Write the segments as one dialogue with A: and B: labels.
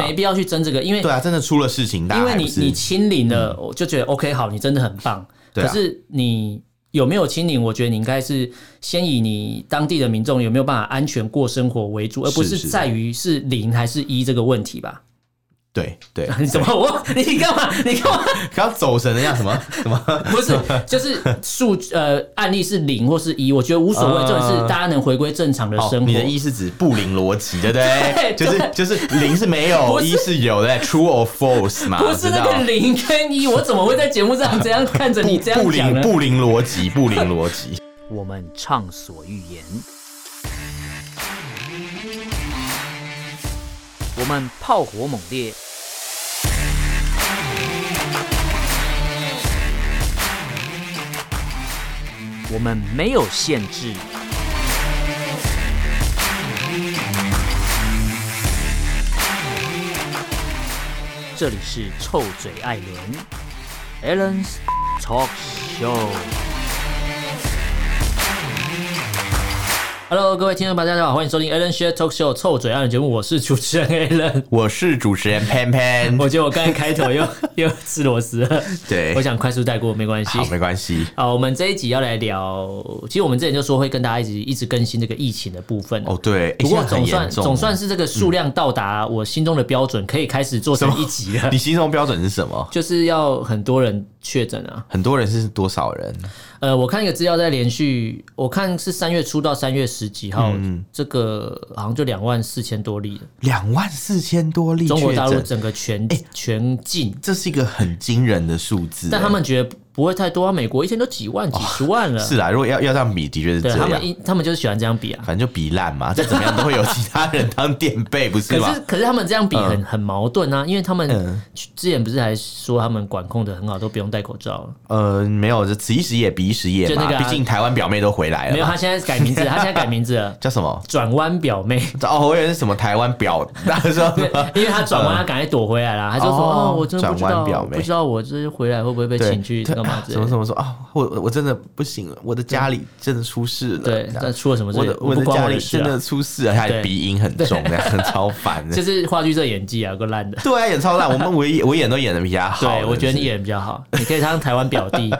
A: 没必要去争这个，因为
B: 对啊，真的出了事情，大家
A: 因为
B: 还
A: 你
B: 不是嗯
A: 你清零了，我就觉得 OK 好，你真的很棒。
B: 对
A: 可
B: 啊
A: 是你有没有清零？我觉得你应该是先以你当地的民众有没有办法安全过生活为主，而不
B: 是
A: 是
B: 是
A: 在于是零还是一这个问题吧？
B: 对对，
A: 你怎么我你干嘛你干嘛？
B: 刚刚走神了呀？什么什么？
A: 不是，就是数呃案例是零或是一，我觉得无所谓，
B: 嗯
A: 重点是大家能回归正常的
B: 哦，
A: 生活。
B: 你的一是指布林逻辑，对不对？
A: 对
B: 就是就是零是没有，
A: 不是
B: 一是有的，true or false 嘛？
A: 不是那
B: 我
A: 个
B: 知道
A: 零跟一，我怎么会在节目上这样看着你这
B: 布
A: 样讲
B: 林
A: 呢？
B: 布林逻辑，布林逻辑。
C: 我们畅所欲言；我们炮火猛烈；我们没有限制。这里是臭嘴艾伦 a l l e n s Talk Show。
A: Hello，各位听众朋友，大家好，欢迎收听 Alan Share Talk Show 臭嘴案的节目，我是主持人 Alan。
B: 我是主持人潘潘，
A: 我觉得我刚才开头又 又吃螺丝了，
B: 对
A: 我想快速带过，没关系
B: 好，。没关系。
A: 好，我们这一集要来聊，其实我们之前就说会跟大家一直一直更新这个疫情的部分。
B: 哦，对，诶
A: 不过
B: 现在很
A: 总算
B: 严重
A: 总算是这个数量到达我心中的标准，可以开始做成一集了
B: 你。形容标准是什么？
A: 就是要很多人确诊啊，
B: 很多人是多少人？
A: 呃，我看一个资料在连续，我看是三月初到三月十几号，
B: 嗯
A: 这个好像就两万四千多例了。
B: 两万四千多例
A: 中国
B: 确
A: 大陆
B: 诊，
A: 整个全、全境，
B: 这是一个很惊人的数字。
A: 但他们觉得不会太多啊。美国一天都几万、几十万了，
B: 诶是啊，如果要要这样比，的确是这
A: 对他
B: 样。
A: 们一他们就是喜欢这样比啊。
B: 反正就比烂嘛， 再怎么样都会有其他人当垫背，不是
A: 可
B: 吗
A: 是？可是他们这样比很、
B: 嗯
A: 很矛盾啊，因为他们
B: 嗯
A: 之前不是还说他们管控的很好，都不用戴口罩啊了。
B: 呃，没有，这此一时也彼一时也
A: 就
B: 嘛，
A: 那个啊
B: 毕竟台湾表妹都回来了嘛，
A: 没有，他现在改 名字，他现在改名字了，
B: 叫什么？
A: 转弯表 妹。
B: 哦，我以为是什么台湾表，那时 候
A: 对，因为他转弯，他赶快躲回来了。他就说：“
B: 哦
A: 哦，我真的不知
B: 转
A: 道
B: 弯表，妹
A: 不知道我这回来会不会被
B: 对
A: 请去
B: 对
A: 干嘛
B: 啊
A: 之
B: 什
A: 类
B: 么
A: 的。
B: 什么说啊，我我真的不行了，我的家里真的出事”了，
A: 对
B: 这，样
A: 但出了什么事？
B: 我的
A: 不
B: 的
A: 关
B: 家
A: 我
B: 里
A: 的事
B: 真
A: 啊
B: 的。出事了，他的
A: 对
B: 鼻音很 重，这样超烦的
A: 就。是话剧社演技啊，够烂的。
B: 对啊，演超烂，我们我演我演都演的比他好。
A: 对，我觉得你
B: 演
A: 演得比较好，你可以当台湾表弟，听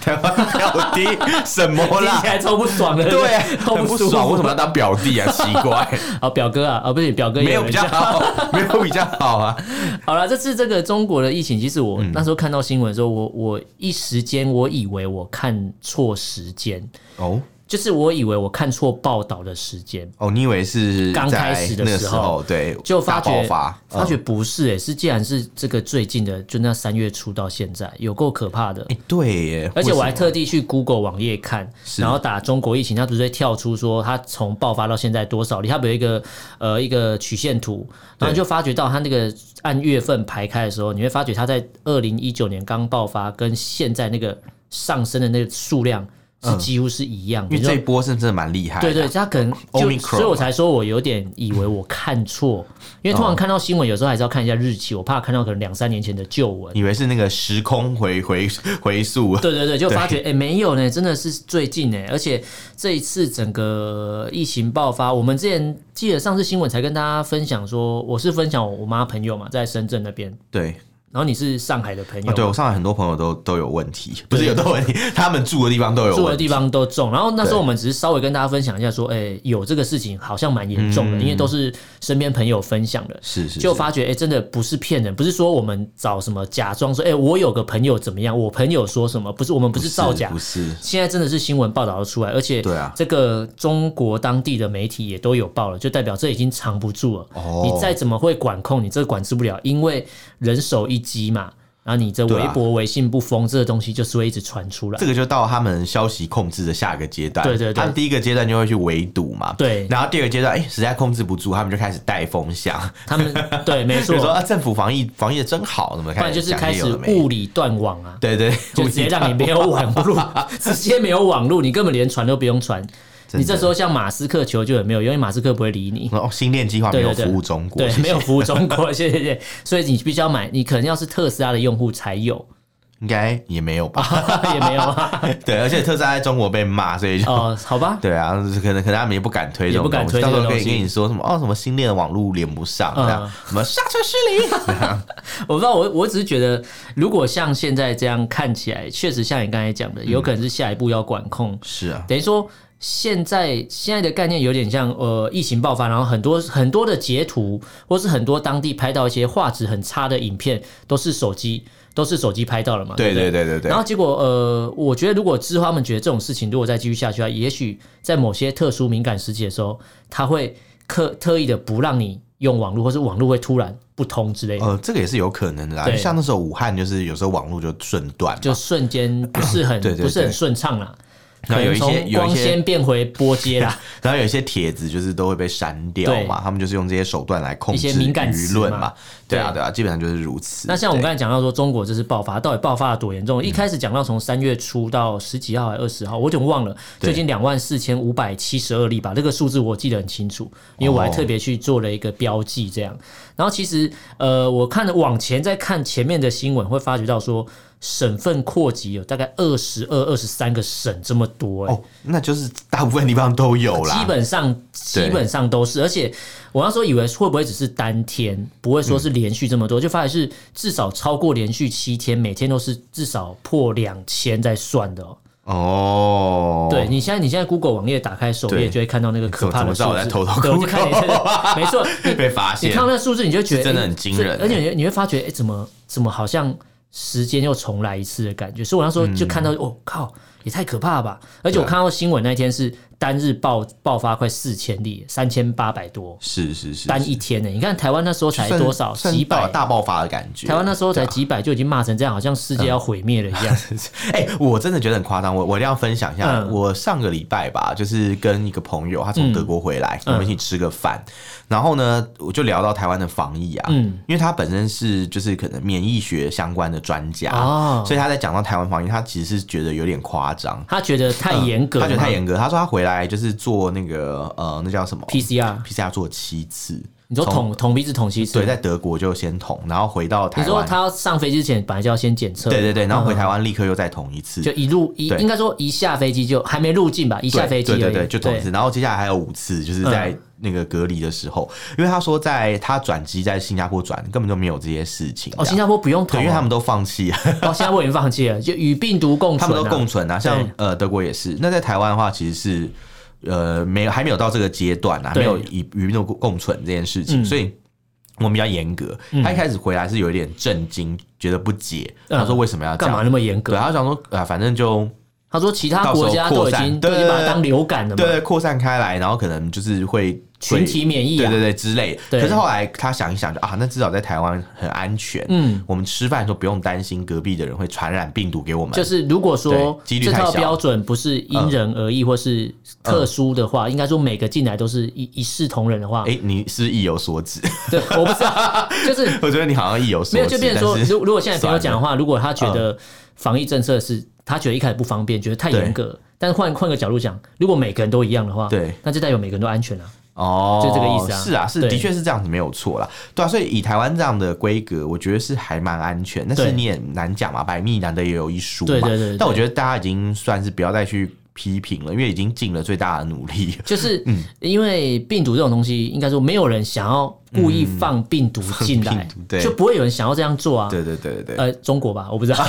B: 台湾表弟什么啦
A: 起？来超不爽的。
B: 对 啊，
A: 超
B: 很不
A: 舒服
B: 爽，为什么要当表弟啊？奇怪，
A: 哦，表哥啊，哦，不是表哥也
B: 没有比较好， 没有比较好啊。
A: 好了，这次这个中国的疫情，其实
B: 嗯
A: 我那时候看到新闻的时候，我我一时间我以为我看错时间，
B: 哦
A: 就是我以为我看错报道的时间，
B: 哦，你以为是
A: 刚开
B: 在
A: 始的
B: 那个
A: 时
B: 时
A: 候
B: 候？对，
A: 就发
B: 大
A: 觉
B: 爆发，
A: 发觉
B: 嗯
A: 不是诶、是竟然是这个最近的，就那三月初到现在，有够可怕的。
B: 哎对耶，
A: 而且我还
B: 为什么
A: 特地去 Google 网页看，然后打中国疫情，它不是会跳出说它从爆发到现在多少例，它不有一个呃一个曲线图，然后你就发觉到它那个按月份排开的时候，你会发觉它在二零一九年刚爆发跟现在那个上升的那个数量是几乎是一样的，
B: 嗯因为
A: 你就
B: 这一波是真的蛮厉害的，
A: 对对，他可能就，
B: Omicron
A: 所以我才说我有点以为我看错，因为
B: 嗯
A: 通常看到新闻有时候还是要看一下日期，我怕看到可能两三年前的旧闻。
B: 以为是那个时空回回回溯，
A: 对对对，就发觉哎、诶没有呢，真的是最近呢，而且这一次整个疫情爆发，我们之前记得上次新闻才跟大家分享说，我是分享我我妈朋友嘛，在深圳那边，
B: 对
A: 然后你是上海的朋友，
B: 啊，对我上海很多朋友都都有问题，不是有都有问题，他们住的地方都有
A: 住的
B: 问题。
A: 地方都中。然后那时候
B: 对
A: 我们只是稍微跟大家分享一下，说，哎、有这个事情好像蛮严重的，因为都是身边朋友分享的，
B: 嗯是是
A: 就是发觉，哎、真的不是骗人，不是说我们找什么假装说，哎、我有个朋友怎么样，我朋友说什么，不是我们不是造假
B: 不。哦是
A: 现在真的是新闻报道得出来，而且
B: 对啊
A: 这个中国当地的媒体也都有报了，就代表这已经藏不住了。
B: 哦
A: 你再怎么会管控，你这管制不了，因为人手一机嘛，然后你这
B: 对
A: 微
B: 啊
A: 博、微信不封，这个东西就是会一直传出来
B: 这。个就到他们消息控制的下一个阶段。
A: 对对对
B: 他们第一个阶段就会去围堵嘛。
A: 对
B: 然后第二个阶段，哎、实在控制不住，他们就开始带风向，
A: 他 们对，没
B: 就
A: 错
B: 是，说啊，政府防疫防疫的真好，怎么
A: 不
B: 开
A: 然
B: 始
A: 就是
B: 讲
A: 开
B: 一些有
A: 始
B: 的没的
A: 物理断网啊。
B: 对对，
A: 就直接让你 没有网路，直接没有网路，你根本连传都不用传。
B: 真的
A: 你这时候向马斯克求救也没有用，因为马斯克不会理你。
B: 哦，新链计划没
A: 对
B: 有
A: 对对，
B: 服务中国，
A: 对
B: 谢，谢
A: 没有服务中国，谢谢谢谢。所以你必须要买，你可能要是特斯拉的用户才有。
B: 应该也没有吧？
A: 也没有啊。
B: 对，而且特斯拉在中国被骂，所以就
A: 哦，好吧，
B: 对啊，可能可能他们也不敢推这
A: 也不
B: 种
A: 敢
B: 东
A: 推
B: 西，
A: 这
B: 到
A: 个
B: 时候可以
A: 东
B: 跟
A: 西
B: 你说什么哦，什么新链网络连不上，
A: 嗯
B: 这样什么刹车失灵，这样
A: 我不知道，我我只是觉得，如果像现在这样看起来，确实像你刚才讲
B: 嗯
A: 的，有可能是下一步要管控。
B: 是 啊，
A: 等于说，现在现在的概念有点像呃，疫情爆发，然后很多很多的截图，或是很多当地拍到一些画质很差的影片，都是手机都是手机拍到了嘛？
B: 对
A: 不
B: 对对对对
A: 然后。结果，呃，我觉得如果之后他们觉得这种事情如果再继续下去啊，也许在某些特殊敏感时期的时候，他会刻特意的不让你用网络，或是网络会突然不通之类的，
B: 呃，这个也是有可能的啦。
A: 对
B: 就像那时候武汉，就是有时候网络就瞬断嘛，
A: 就瞬间不是很
B: 对对对
A: 不是很顺畅啦。可
B: 那有
A: 能
B: 一些
A: 从
B: 有
A: 光
B: 一些
A: 纤变回波接啦，
B: 然后有一些帖子就是都会被删掉嘛，他们就是用这些手段来控制
A: 一些敏感词
B: 舆论
A: 嘛
B: 嘛。对啊，
A: 对
B: 对啊，基本上就是如此。
A: 那像我们
B: 对嗯
A: 刚才讲到说，中国这次爆发到底爆发的多严重？一开始讲到从三月初到十几号还二十号，我有点忘了，
B: 对
A: 最近两万四千五百七十二例吧，这个数字我记得很清楚，因为我还
B: 哦
A: 特别去做了一个标记这样。然后其实呃，我看往前再看前面的新闻，会发觉到说省份扩及有大概二十二、二十三个省这么多、欸，
B: 哦，那就是大部分地方都有啦。
A: 基本上基
B: 对
A: 本上都是，而且我那时候以为会不会只是单天，不会说是连续这么多，就发现是至少超过连续七天，每天都是至少破两千在算的、哦。
B: 哦，
A: 对你现在你现在 Google 网页打开首页
B: 对
A: 就会看到那个可怕的数
B: 怎么
A: 字，
B: 知道我在偷偷
A: 对我就看你
B: Google
A: 没错，你
B: 被发
A: 你
B: 现
A: 看。到那数字，你就觉得
B: 是真的很
A: 诶
B: 惊
A: 所以
B: 人欸
A: 而且你会你会发觉，哎、怎么怎么好像时间又重来一次的感觉。所以我那时候就
B: 嗯
A: 看到，哦靠，也太可怕了吧！而
B: 啊
A: 且我看到新闻那天是单日爆爆发快四千例，三千八百多，
B: 是是是，
A: 单一天呢、你看台湾那时候才
B: 算
A: 多少
B: 算
A: 几
B: 大
A: 百，
B: 大啊爆发的感觉。
A: 台湾那时候才几百就已经骂成这样，好像世界
B: 嗯
A: 要毁灭了一样。
B: 哎、我真的觉得很夸张，我我一定要分享一下。
A: 嗯
B: 我上个礼拜吧，就是跟一个朋友，他从德国回
A: 嗯
B: 来，我们一起吃个饭，然后呢，我就聊到台湾的防疫啊，
A: 嗯
B: 因为他本身是就是可能免疫学相关的专家，
A: 哦
B: 所以他在讲到台湾防疫，他其实是觉得有点夸张。
A: 他觉得太严格了
B: 嗯他
A: 嘛，
B: 觉得太严格。他说他回来就是做那个呃，那叫什么
A: PCR。
B: PCR 做七次。
A: 你说
B: 从
A: 捅捅鼻子捅西子，
B: 对，在德国就先捅，然后回到台
A: 你
B: 湾。
A: 说他嗯要上飞机之前本来就要先检测，
B: 对对对，然后回台湾立刻又再捅一次，
A: 就一路一
B: 对
A: 应该说一下飞机就还没入境吧，一
B: 对
A: 下飞机
B: 对对
A: 而
B: 对，
A: 已
B: 就捅一次，然后接下来还有五次，就是在
A: 嗯
B: 那个隔离的时候，因为他说在他转机在新加坡转，根本就没有这些事情。
A: 哦，
B: 这
A: 新
B: 样
A: 加坡不用捅
B: 对，
A: 啊，
B: 因为他们都放弃，
A: 哦，新加坡已经放弃了，就与病毒共存、啊，
B: 他们都共存啊，像
A: 对
B: 呃德国也是。那在台湾的话，其实是呃没有还没有到这个阶段啊，
A: 对嗯
B: 没有与与病毒共存这件事情，所以。我们比较严格，他一开始回来是有一点震惊，觉得不解，
A: 嗯
B: 他说为什么啊要这
A: 干
B: 样
A: 嘛那么严格
B: 对，？他想说，啊，反正就
A: 他说其他国家都已经
B: 到
A: 都已
B: 时候扩散对
A: 经把它当流感了嘛，
B: 对扩散开来，然后可能就是会
A: 群体免疫
B: 对
A: 啊
B: 对，对之类的。
A: 对
B: 可是后来他想一想就啊，那至少在台湾很安全。
A: 嗯，
B: 我们吃饭的时候不用担心隔壁的人会传染病毒给我们。
A: 就是如果说
B: 对几率
A: 这
B: 太
A: 套
B: 小嗯
A: 标准不是因人而异或是特殊的话，应该说每个进来都是一一视同仁的话，
B: 哎、你是不是意有所指，
A: 对，我不知道，就是
B: 我觉得你好像意有所指。
A: 没有，就变成说，
B: 但是
A: 如如果现在朋友讲的
B: 算了，
A: 话，如果他觉得防疫政策是他觉得一开始不方便，觉得太严格，但是换换个角度讲，如果每个人都一样的话，
B: 对，
A: 那就代表每个人都安全啊了、
B: 哦，
A: 就这个意思啊
B: 是啊，是
A: 对
B: 的确是这样子，没有错啦。对啊，所以以台湾这样的规格，我觉得是还蛮安全。但
A: 对
B: 是你也难讲嘛，百密难得也有一疏嘛。
A: 对对对对
B: 但我觉得大家已经算是不要再去批评了，因为已经尽了最大的努力了。
A: 就是因为病毒这种东西，应该说没有人想要故意放病毒进
B: 放
A: 来
B: 病毒，对
A: 就不会有人想要这样做啊。
B: 对对对对对。
A: 呃，中国吧，我不 知道。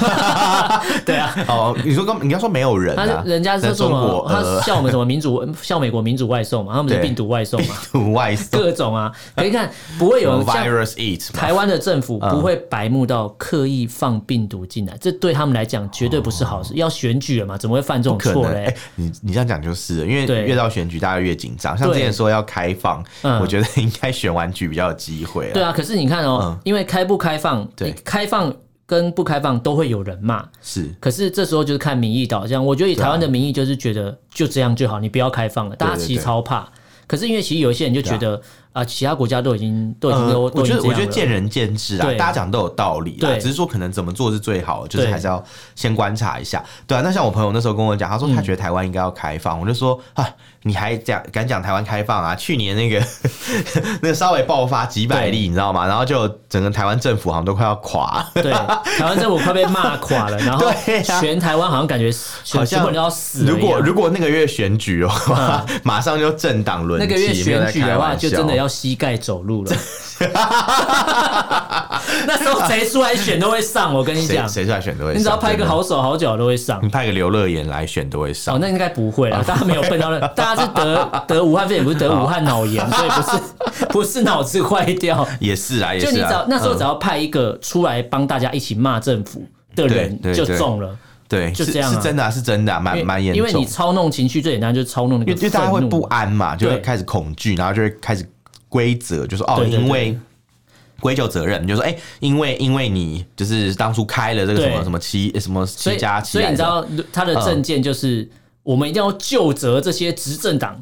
A: 对啊，
B: 哦，你说刚你要说没有人
A: 他
B: 啊，
A: 是人家
B: 在
A: 说什
B: 中
A: 么
B: 国，
A: 他
B: 呃
A: 笑我们什么民主，笑美国民主外送嘛，他们是
B: 对
A: 病毒外送 嘛，
B: 土外送呃
A: 各种啊。可以看，不会有人像
B: virus eat 嘛
A: 台湾的政府不会白目到刻意放病毒进
B: 啊
A: 来，这对他们来讲绝对不是好事。要选举了嘛，怎么会犯这种
B: 哦可
A: 错
B: 能哎、
A: 嘞？
B: 你你这样讲就是了，因为
A: 对
B: 越到选举大家越紧张。像之前说要开放，
A: 嗯
B: 我觉得应该选完举比较有机会
A: 对
B: 啊。
A: 啊，可是你看哦，因为开不开放，
B: 对
A: 你开放跟不开放都会有人骂。
B: 是
A: 可是这时候就是看民意导向，我觉得以台湾的民意就是觉得就这样就好，你不要开放了，大家
B: 对对
A: 其实超怕。可是因为其实有一些人就觉得，啊、其他国家都已经都已经都、都
B: 嗯呃我
A: 已
B: 觉
A: 经
B: 得
A: 这
B: 我
A: 样
B: 觉得
A: 了
B: 见仁见智啊
A: 对，
B: 大家讲都有道理啦，
A: 对
B: 只是说可能怎么做是最好，就是
A: 对
B: 还是要先观察一下。对啊，那像我朋友那时候跟我讲，他
A: 嗯
B: 说他觉得台湾应该要开放，我就说啊，你还讲敢讲台湾开放啊？去年那个 那个稍微爆发几百例，你知道吗？然后就整个台湾政府好像都快要垮。
A: 对，台湾政府快被骂垮了，然后
B: 对啊
A: 全台湾好像感觉
B: 好
A: 全全
B: 像
A: 部人都要死了
B: 如
A: 一样。
B: 果如果那个月选举 的话，马上就政党轮
A: 那
B: 替，
A: 个月
B: 没有
A: 选
B: 在
A: 举
B: 开
A: 的话，
B: 玩
A: 就
B: 笑
A: 真的要膝盖走路了。 那时候谁出来选都会上，我跟你
B: 谁
A: 讲，
B: 谁出来选都会上，
A: 你只要拍个
B: 真的嗯
A: 好手好脚都会上
B: 你。拍个刘乐言来选都会上
A: 哦，。那应该不会 啦，大家没有笨到那，大家是得得武汉肺炎，不是得武汉脑炎，
B: 哦
A: 所以不 是不是脑子坏掉。
B: 也是啊，也是
A: 就
B: 啊。
A: 你只要那时候
B: 嗯
A: 只要派一个出来帮大家一起骂政府的人，
B: 对对
A: 就
B: 对
A: 中了。
B: 对，
A: 就是这样啊
B: 是真的、啊，是真的、啊，蛮
A: 因为
B: 蛮严
A: 因
B: 重
A: 为你操弄情绪最简单就是操弄那
B: 因为
A: 个
B: 因为大家会
A: 愤怒
B: 不安嘛，就会
A: 对
B: 开始恐惧，然后就会开始规则，就说哦，
A: 对对对
B: 因为。归咎责任，你就说哎、因为因为你就是当初开了这个什
A: 对
B: 么什么七什么
A: 所
B: 七
A: 以
B: 加七，
A: 所以你知道他的政见就是、
B: 嗯
A: 我们一定要就责这些执政党。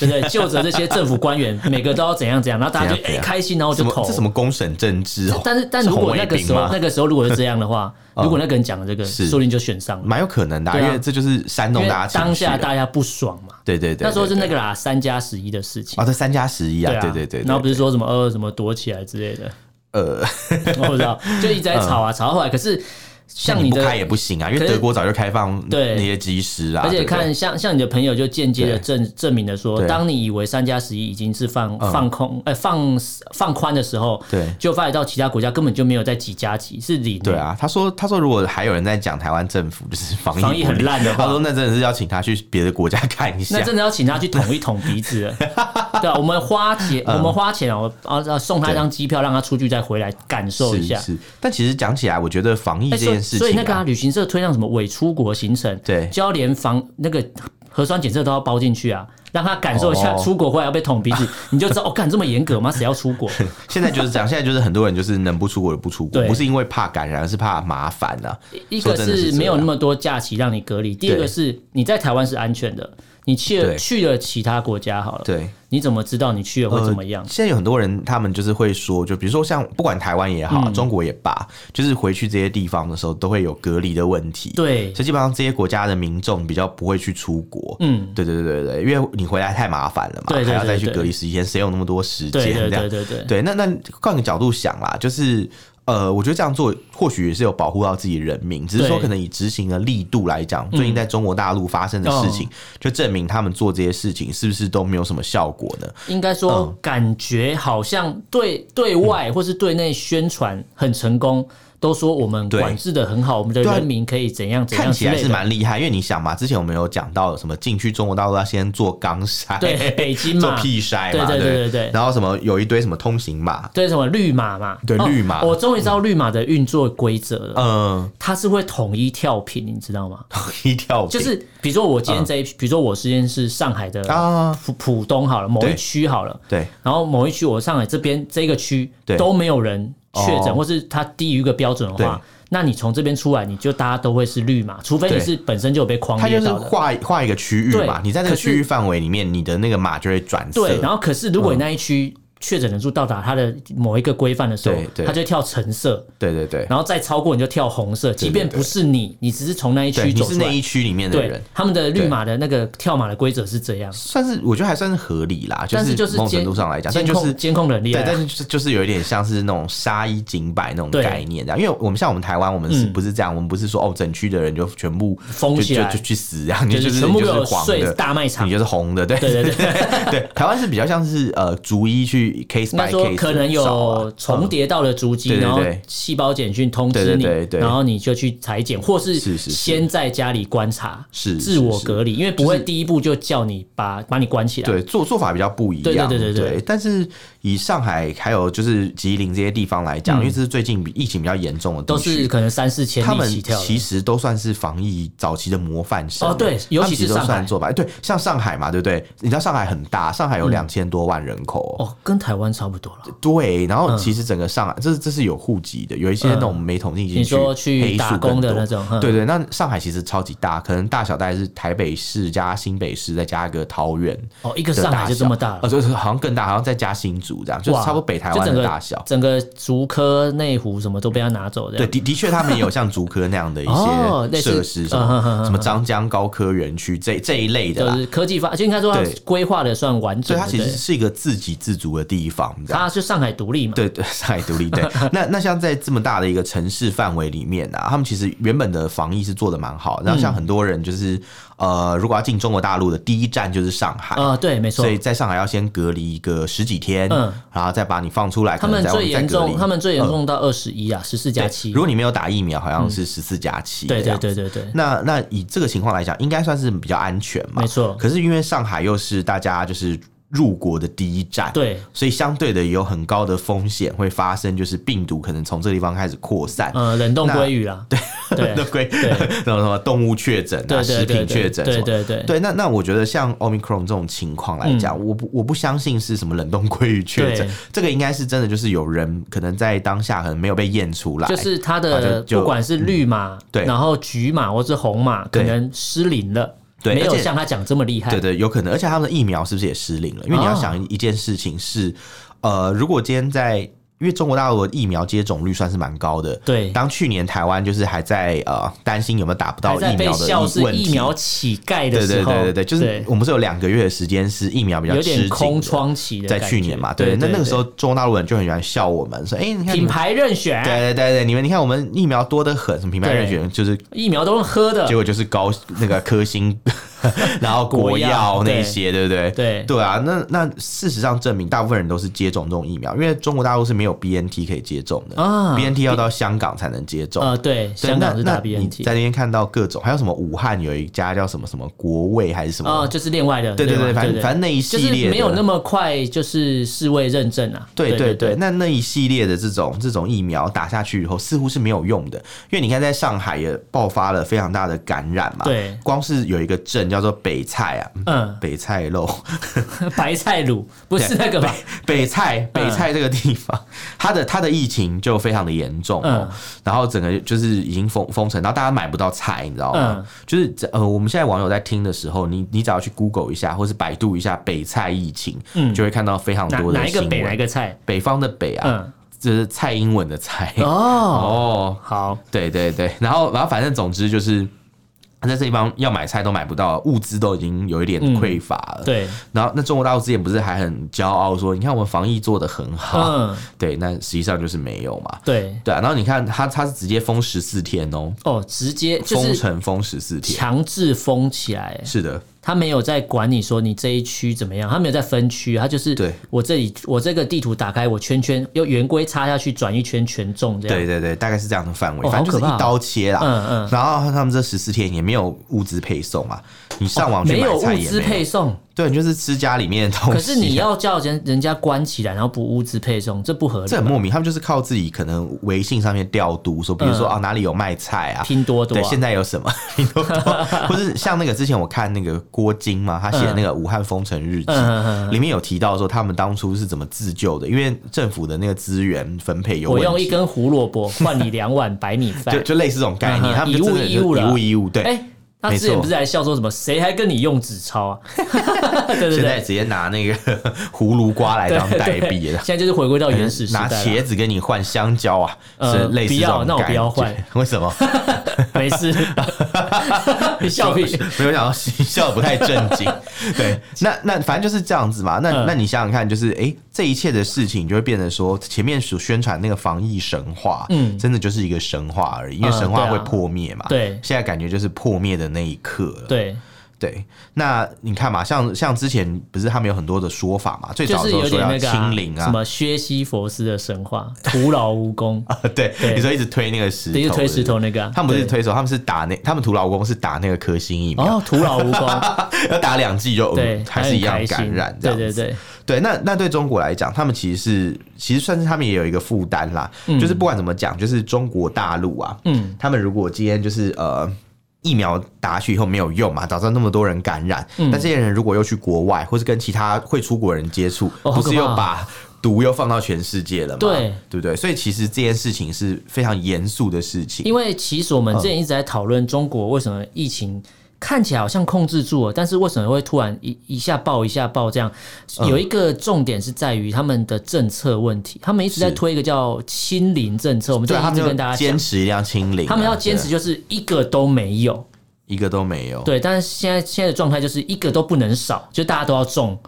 A: 对不 对？就责这些政府官员，每个都要怎样怎样，然后大家就
B: 怎样
A: 哎、
B: 怎样
A: 开心，然后
B: 什
A: 就
B: 么
A: 投
B: 这。什么公审政治哦，
A: 但是但如
B: 红
A: 果
B: 卫
A: 那个
B: 兵
A: 时候
B: 吗嗯
A: 那个时候如果是这样的 话，如果那个人讲了这个，
B: 是
A: 说不定就选上了，
B: 蛮有可能的啊、
A: 对啊
B: 因为这就是煽
A: 因
B: 动
A: 为
B: 大家情
A: 当
B: 绪
A: 下
B: 啊。
A: 大家不爽嘛。
B: 对对对
A: 那时候是那
B: 对
A: 个啦，三加十一的事情
B: 啊，。这三加十一啊，
A: 啊，
B: 对对对，
A: 然后不
B: 是
A: 是说什么呃什么躲起来之类的，
B: 呃， 嗯
A: 我不知道，就一直在吵啊吵到后来。可是像
B: 你
A: 你
B: 不
A: 的
B: 开也不行啊，因
A: 可
B: 为
A: 是
B: 德国早就开放
A: 对
B: 那些机师啊，
A: 而且
B: 对不对
A: 看像像你的朋友就间接的
B: 对
A: 证证明了说，
B: 对嗯
A: 当你以为三加十一已经是放放空呃放放宽的时候，
B: 对
A: 就发觉到其他国家根本就没有在几加几，是零。
B: 对，啊，他说他说如果还有人在讲台湾政府 就是防疫
A: 防疫
B: 不力
A: 很烂的话
B: 他说那真的是要请他去别的国家看一下
A: 那。真的要请他去捅一捅鼻子了。对啊，我们花 钱，
B: 嗯
A: 我们花钱哦，啊啊送他一张机票，让他出去再回来感受
B: 是
A: 一下。
B: 是，但其实讲起来，我觉得防疫
A: 哎所以
B: 这件事情、啊
A: 所以那个啊，旅行社推上什么伪出国行程，
B: 对
A: 就要连防那个核酸检测都要包进去啊，让他感受一下
B: 哦
A: 出国回来要被捅鼻子，你就知道哦，干这么严格吗？谁要出国？
B: 现在就是这样，现在就是很多人就是能不出国就不出国，
A: 对
B: 不是因为怕感染，而是怕麻烦啊。
A: 一个
B: 说真的
A: 是
B: 是
A: 没有那
B: 么
A: 么多假期让你隔离，第二个是你在台湾是安全的，你去了
B: 对
A: 去了其他国家好了，
B: 对。呃
A: 你怎么知道你去了会怎么样？
B: 现在有很多人，他们就是会说，就比如说像不管台湾也好，
A: 嗯
B: 中国也罢，就是回去这些地方的时候，都会有隔离的问题。
A: 对
B: 所以基本上这些国家的民众比较不会去出国。
A: 嗯
B: 嗯，对对对对对，因为你回来太麻烦了嘛，
A: 对对对
B: 还要再去
A: 对
B: 隔离十一天，谁有那么多时间
A: 对
B: 这
A: 对
B: 样？
A: 对对对，
B: 对，那那换个角度想啦，就是呃，我觉得这样做或许也是有保护到自己的人民，只是说
A: 对
B: 可能以执行的力度来讲，
A: 嗯
B: 最近在中国大陆发生的事
A: 哦
B: 情，就证明他们做这些事情是不是都没有什么效果呢？
A: 应该说
B: 嗯
A: 感觉好像对对外或是对内宣传很成功，都说我们
B: 对
A: 管制的很好，我们的
B: 对啊
A: 人民可以怎样怎
B: 看
A: 样
B: 起
A: 之
B: 来
A: 类
B: 是
A: 的。
B: 蛮厉害，因为你想嘛，之前我们有讲到什么进去中国大陆要先做钢筛，
A: 对，北京
B: 做
A: 嘛，
B: 屁筛
A: 对
B: 嘛，
A: 对
B: 对
A: 对对
B: 不
A: 对
B: 然后什么有一堆什么通行码，
A: 对什么绿码嘛，
B: 对
A: 哦
B: 绿码
A: 我终于知道绿码的运作规则了，
B: 嗯，
A: 它是会统一跳频，你知道吗？
B: 一跳
A: 就
B: 屏
A: 是比如说我今天这一，比如说我今天是上海的
B: 嗯啊，
A: 浦浦东好了，某一
B: 对
A: 区好了，
B: 对
A: 然后某一区我上海这边这个区
B: 对
A: 都没有人确诊，
B: 哦
A: 或是它低于一个标准的话
B: 对，
A: 那你从这边出来，你就大家都会是绿码，除非你
B: 对
A: 是本身就有被框
B: 它就
A: 列
B: 是
A: 到的。
B: 画画一个区域
A: 对
B: 嘛，你在那
A: 可
B: 个
A: 是
B: 区域范围里面，你的那个码就会转色。嗯
A: 对，然后可是如果你那一区确诊人数到达它的某一个规范的时候
B: 对，对
A: 它就会跳橙色，
B: 对对对，
A: 然后再超过你就跳红色，即便不是你，你只是从那一
B: 对，
A: 区
B: 你
A: 走
B: 是
A: 出
B: 那
A: 来
B: 一。区里面的
A: 对
B: 人，，
A: 他们的绿
B: 对
A: 码的那个跳码的规则是这样，
B: 算是我觉得还算是合理啦，
A: 但是
B: 是
A: 就是
B: 某种
A: 监
B: 程度上来讲，但
A: 监
B: 就
A: 控
B: 是。
A: 监控能力
B: 对
A: 啊，，
B: 但是就是就是有一点像是那种杀一儆百那种
A: 对
B: 概念这样，因为我们像我们台湾，我们是
A: 嗯
B: 不是这样？我们不是说哦，整区的人就全部
A: 封
B: 就
A: 起
B: 就
A: 来
B: 就去死这样，你
A: 就
B: 就是是
A: 全部
B: 你
A: 给
B: 就是
A: 我
B: 黄
A: 睡
B: 的，
A: 大卖场
B: 你，就是红的，对
A: 对 对对。
B: 对。台湾是比较像是呃逐一去 case
A: 应该
B: by
A: 说
B: case，
A: 可能
B: 找啊
A: 有重叠到的足迹，
B: 嗯对对
A: 然后
B: 对
A: 细胞简讯通知
B: 对
A: 你，
B: 对对对
A: 然后你就去裁剪，或是
B: 是是是
A: 先在家里观察，
B: 是是
A: 自我隔离，因为不会第一步就叫你把把你关起来。
B: 对，做做法比较不一
A: 对对
B: 样。
A: 对对对
B: 但是以上海还有就是吉林这些地方来讲，因为这是最近比疫情比较严重的
A: 嗯
B: 地
A: 都
B: 区，
A: 是可能三四千
B: 他
A: 例
B: 们
A: 起跳的。
B: 其实都算是防疫早期的模范生
A: 哦对尤其是
B: 他们其实都
A: 上海嗯
B: 算做吧。对，像上海嘛，对不对？你知道上海很大，上海有两千多万人口哦、
A: 哦，跟跟台湾差不多了。
B: 对，然
A: 嗯
B: 后其实整个上海，这是这是有户籍的，有一些那种没统计进
A: 你说
B: 去黑
A: 去打
B: 数
A: 工
B: 更
A: 的
B: 多。
A: 那种，嗯
B: 对对，那上海其实超级大，可能大小大概是台北市加新北市，再加一个桃园，
A: 哦，一个上海就这么大
B: 呃，
A: 了。
B: 就是好像更大，好像再加新竹这样，就是
A: 哇
B: 差不多北台
A: 就
B: 湾
A: 整
B: 的
A: 个
B: 大小。
A: 整个竹科、内湖什么都被他拿走的。
B: 对，的的确，他们也有像竹科那样的一
A: 哦
B: 些
A: 类似
B: 设施，什
A: 嗯哼哼
B: 么
A: 哼
B: 什么张江高科园区这这一类的
A: 就
B: 啦。
A: 是科技发，就应该说它
B: 对
A: 规划的算完
B: 所
A: 整的。
B: 以它其实
A: 对
B: 是一个自给自足的地方，这样
A: 它是上海独立嘛？
B: 对 对，上海独立对。那那像在这么大的一个城市范围里面啊，他们其实原本的防疫是做的蛮好。然
A: 嗯
B: 后像很多人就是、呃，如果要进中国大陆的第一站就是上海。
A: 啊，对，没错
B: 所。以在上海要先隔离一个十几天，
A: 嗯
B: 然后再把你放出来，
A: 他
B: 可能
A: 们
B: 再
A: 最
B: 再
A: 严
B: 隔离嗯
A: 重，他们最严重到二十一啊，十四加
B: 对
A: 七
B: 如。果你没有打疫苗，好像是十四加
A: 嗯
B: 七。
A: 对对对对对，
B: 那那以这个情况来讲，应该算是比较安全嘛。
A: 没错
B: 可是因为上海又是大家就是入国的第一站，
A: 对
B: 所以相对的也有很高的风险会发生，就是病毒可能从这个地方开始扩散。
A: 呃，冷冻鲑鱼啦，对
B: 那
A: 对
B: 归什么什么动物确诊啊，
A: 对
B: 食
A: 对对
B: 品确
A: 对
B: 诊什
A: 对
B: 么。
A: 对对
B: 对，那那我觉得像 Omicron 这种情况来讲，我不我不相信是什么冷冻鲑鱼确诊
A: 嗯对，
B: 这个应该是真的，就是有人可能在当下可能没有被验出来，
A: 就是它
B: 啊就
A: 的
B: 就嗯
A: 不管是绿码，
B: 对
A: 然后橘码或是红码，
B: 对
A: 可能失灵了，
B: 对
A: 没
B: 而
A: 有
B: 且
A: 像他讲这么厉害，
B: 对对，有可能。而且他们的疫苗是不是也失灵了？因为你要
A: 啊
B: 想一件事情是，呃，如果今天在，因为中国大陆的疫苗接种率算是蛮高的。
A: 对
B: 当去年台湾就是还在呃担心有没有打不到
A: 还在
B: 疫
A: 被
B: 苗
A: 笑
B: 的
A: 是
B: 问题，
A: 疫苗乞丐的
B: 对
A: 时
B: 对
A: 候，
B: 对对对，就是我们是有两个月的时间是疫苗比较
A: 有
B: 吃紧
A: 点
B: 的
A: 空，窗期的
B: 在
A: 感觉，
B: 去年嘛，
A: 对，
B: 那那个时
A: 候
B: 候中国大陆人就很喜欢笑我们说，哎，你看你
A: 品
B: 们。
A: 牌任选，
B: 对对对对，你们你看我们疫苗多得很，什么品牌
A: 对
B: 人选就是
A: 疫苗都是喝的
B: 结，果就是高那个 科兴，然后
A: 国
B: 国药
A: 药
B: 那
A: 对
B: 些，对不对？
A: 对
B: 对啊，那那事实上证明，大部分人都是接种这种疫苗，因为中国大陆是没有 BNT 可以接种的
A: 啊
B: b n t 要到香港才能接种。
A: 呃，对，
B: 对
A: 香港是
B: 那
A: 打
B: 那你
A: BNT，
B: 在那边看到各种，还有什么武汉有一家叫什么什么国卫还是什么？
A: 哦，就是另外的，
B: 对对
A: 另
B: 对，
A: 外
B: 反正反正那一
A: 就
B: 系
A: 是
B: 列的
A: 没有那么快，就是世卫认证啊，
B: 对
A: 对
B: 对对，那那一系列的这种这种疫苗打下去以后，似乎是没有用的，因为你看在上海也爆发了非常大的感染嘛。
A: 对
B: 光是有一个镇叫做北蔡啊，
A: 嗯，
B: 北蔡肉，
A: 白菜卤不是那个吧？
B: 北蔡
A: 嗯
B: 北蔡这个地方，它的它的疫情就非常的严重、哦，
A: 嗯
B: 然后整个就是已经封封城，然后大家买不到菜，你知道吗？
A: 嗯
B: 就是这呃，我们现在网友在听的时候，你你只要去 Google 一下，或是百度一下北蔡疫情，
A: 嗯
B: 就会看到非常
A: 哪
B: 多的
A: 哪一个
B: 新
A: 北
B: 闻
A: 哪一个菜？
B: 北方的北啊，
A: 嗯，
B: 就是蔡英文的蔡。
A: 哦，
B: 哦，
A: 好，
B: 对对对，然后然后反正总之就是。在这地方要买菜都买不到，物资都已经有一点匮乏了。，
A: 嗯对，
B: 然后那中国大陆之前不是还很骄傲说，你看我们防疫做得很好，
A: 嗯，
B: 对，那实际上就是没有嘛。
A: 对，
B: 对啊，然后你看他他是直接封十四天哦，
A: 哦，直接就
B: 封
A: 是
B: 城封十四天，
A: 强制封起来，
B: 是的，
A: 他没有在管你说你这一区怎么样，他没有在分区，他就是
B: 对
A: 我这里我这个地图打开，我圈圈用圆规插下去转一圈全中这样，
B: 对对对，大概是这样的范围，
A: 哦
B: 反正就是
A: 好可
B: 一
A: 怕
B: 刀切啦。
A: 嗯嗯
B: 然后他们这十四天也没有物资配送嘛，你上网去
A: 哦没
B: 买
A: 有
B: 菜
A: 物
B: 也
A: 资
B: 没
A: 配
B: 有，
A: 送。
B: 对，你就是吃家里面的东西啊。
A: 可是你要叫人人家关起来，然后不物资配送，这不合理
B: 这。很莫名，他们就是靠自己可能微信上面调度，说比如说、
A: 嗯
B: 啊哪里有卖菜啊，
A: 拼多多、
B: 对，
A: 啊，
B: 现在有什么， 拼多多，或是像那个之前我看那个郭晶嘛，他写的那个《武汉封城日记》
A: 嗯嗯嗯嗯
B: 里面有提到说他们当初是怎么自救的，因为政府的那个资源分配有
A: 我
B: 问题，
A: 用一根胡萝 卜换你两碗白米饭
B: 就，就类似这种概念，
A: 嗯嗯
B: 他们就真的
A: 以物易物
B: 就
A: 了
B: 以物易物，对。
A: 哎、他
B: 没
A: 之前
B: 错
A: 不是还笑说什么谁还跟你用纸钞啊？对对
B: 现在
A: 对，
B: 直接拿那个 葫芦瓜来当代币了
A: 现，在就是回归到原始时代
B: 拿
A: 了，
B: 茄子跟你换香蕉啊，
A: 呃
B: 是类似
A: 不
B: 这
A: 要
B: 种
A: 那我不要
B: 感觉
A: 换，
B: 为什么？
A: 没 事，你 笑屁，
B: 没有想到笑得不太正 经。对，那那反正就是这样子嘛。那、
A: 嗯
B: 那你想想看，就是哎、诶这一切的事情就会变得说，前面所宣传那个防疫神话，嗯，
A: 嗯
B: 真的就是一个神话而已，因为
A: 嗯
B: 神
A: 对
B: 话
A: 啊
B: 会破灭嘛、
A: 对
B: 现在感觉就是破灭的那一刻了。
A: 对，
B: 对，那你看嘛，像像之前不是他们有很多的说法嘛，最
A: 就
B: 早的
A: 是
B: 时候
A: 有
B: 说
A: 点
B: 要
A: 那个、
B: 清零
A: 什
B: 啊。
A: 么薛西佛斯的神话，徒劳无 功，
B: 对，
A: 对
B: 你说一直推那个石头，
A: 对，就推石头
B: 对
A: 那个啊、
B: 不对。啊他们不是
A: 对
B: 推手，他们是打那，他们徒劳无功是打那个科兴疫苗，
A: 哦，徒劳无功，
B: 要打两剂就、
A: 对
B: 嗯，还是一样
A: 很开
B: 感
A: 心
B: 染这
A: 对
B: 样子。
A: 对对，
B: 对，那那对中国来讲，他们其实是其实算是他们也有一个负担啦，就是不管怎么讲，就是中国大陆啊，
A: 嗯，
B: 他们如果今天就是呃。疫苗打去以后没有用嘛，导致那么多人
A: 嗯
B: 感染。但这些人如果又去国外，或是跟其他会出国人接触，
A: 哦好
B: 不是
A: 可怕
B: 又
A: 哦
B: 把毒又放到全世界了嘛，
A: 对
B: 对不对？所以其实这件事情是非常严肃的事情。
A: 因为其实我们之
B: 嗯
A: 前一直在讨论中国为什么疫情看起来好像控制住了，但是为什么会突然一一下爆一下爆这样？
B: 嗯
A: 有一个重点是在于他们的政策问题，他们一直在
B: 是
A: 推一个叫“清零”政策，我们就
B: 对他
A: 一
B: 们
A: 直
B: 就
A: 跟大家
B: 坚
A: 讲，
B: 持一定要清零啊，
A: 他们要坚持
B: 对
A: 就是一个都没有。
B: 一个都没有。
A: 对，但是现在现在的状态就是一个都不能少，就大家都要 中，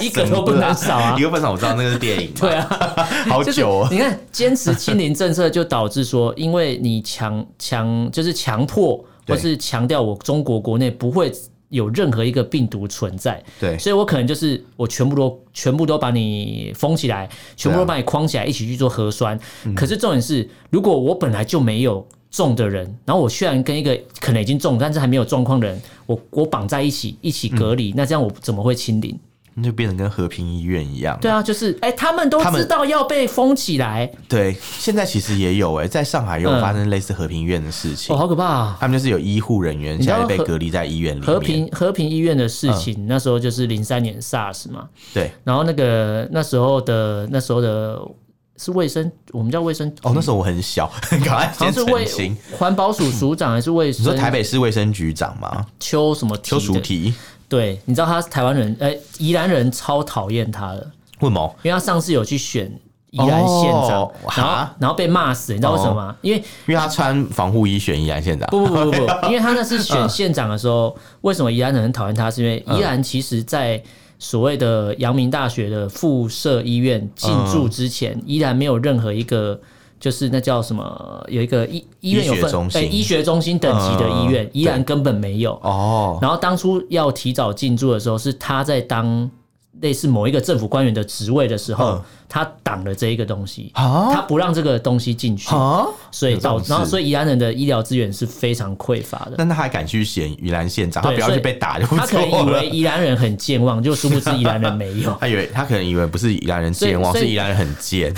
A: 一个都不能少啊
B: 一。个不能，我知道那个是电影嘛，
A: 对啊，
B: 好
A: 就是
B: 久哦。
A: 你看坚持清零政策，就导致说，因为你强强就是强迫或
B: 对
A: 是强调我中国国内不会有任何一个病毒存在，
B: 对
A: 所以我可能就是我全部都全部都把你封起
B: 啊
A: 来，全部都把你框起来，一起去做核酸。
B: 嗯
A: 可是重点是，如果我本来就没有。中的人，然后我虽然跟一个可能已经中，但是还没有状况的人，我我绑在一起一起隔
B: 嗯
A: 离，那这样我怎么会清零？
B: 那就变成跟和平医院一样。
A: 对啊，就是哎、他们都
B: 他们
A: 知道要被封起来，
B: 对，现在其实也有哎、在上海有
A: 嗯
B: 发生类似和平医院的事情，
A: 哦，好可怕、啊！
B: 他们就是有医护人员
A: 知
B: 现
A: 道
B: 在被
A: 和
B: 隔离在医院里面。嗯
A: 和平和平医院的事情，那时候就是零三年 SARS 嘛，
B: 对
A: 然后那个那时候的那时候的是卫生，我们叫卫生
B: 哦，那时候我很小， 赶快
A: 好
B: 先
A: 像是卫
B: 澄清。
A: 环保署署长还是卫
B: 你说
A: 生
B: 台北市卫生局长吗？
A: 邱什么
B: 邱
A: 的
B: 淑媞
A: 对，你知道他是台湾人，呃，宜兰人超讨厌他的，
B: 问毛
A: 因为他上次有去选宜兰县长，
B: 哦
A: 然后
B: 哈哦
A: 然后被骂死，你知道为什么吗？因为
B: 因为他穿防护衣选宜兰县长，
A: 不不不不不，因为他那次选县长的时候，为什么宜兰人很讨厌他？是因为宜兰其实，在所谓的阳明大学的附设医院进驻之前，宜兰没有任何一个。就是那叫什么，有一个医医院有
B: 医学
A: 分
B: 中心
A: 哎医学中心等级的医院
B: 嗯，
A: 宜兰根本没有。
B: 哦，
A: 然后当初要提早进驻的时候，是他在当类似某一个政府官员的职位的时候
B: 嗯，
A: 他挡了这一个东西，
B: 啊
A: 他不让这个东西进去。
B: 啊，
A: 所以
B: 有这
A: 导
B: 种，事
A: 然后所以宜兰人的医疗资源是非常匮乏的。
B: 那他还敢去选宜兰县长，他
A: 对
B: 不要
A: 所以
B: 去被打就不
A: 他可能
B: 错
A: 以为
B: 了。。
A: 宜兰人很健忘，就殊不知宜兰人没有
B: 他以为他可能以为不是宜兰人
A: 所以
B: 健忘，
A: 所以
B: 是宜兰人很 贱。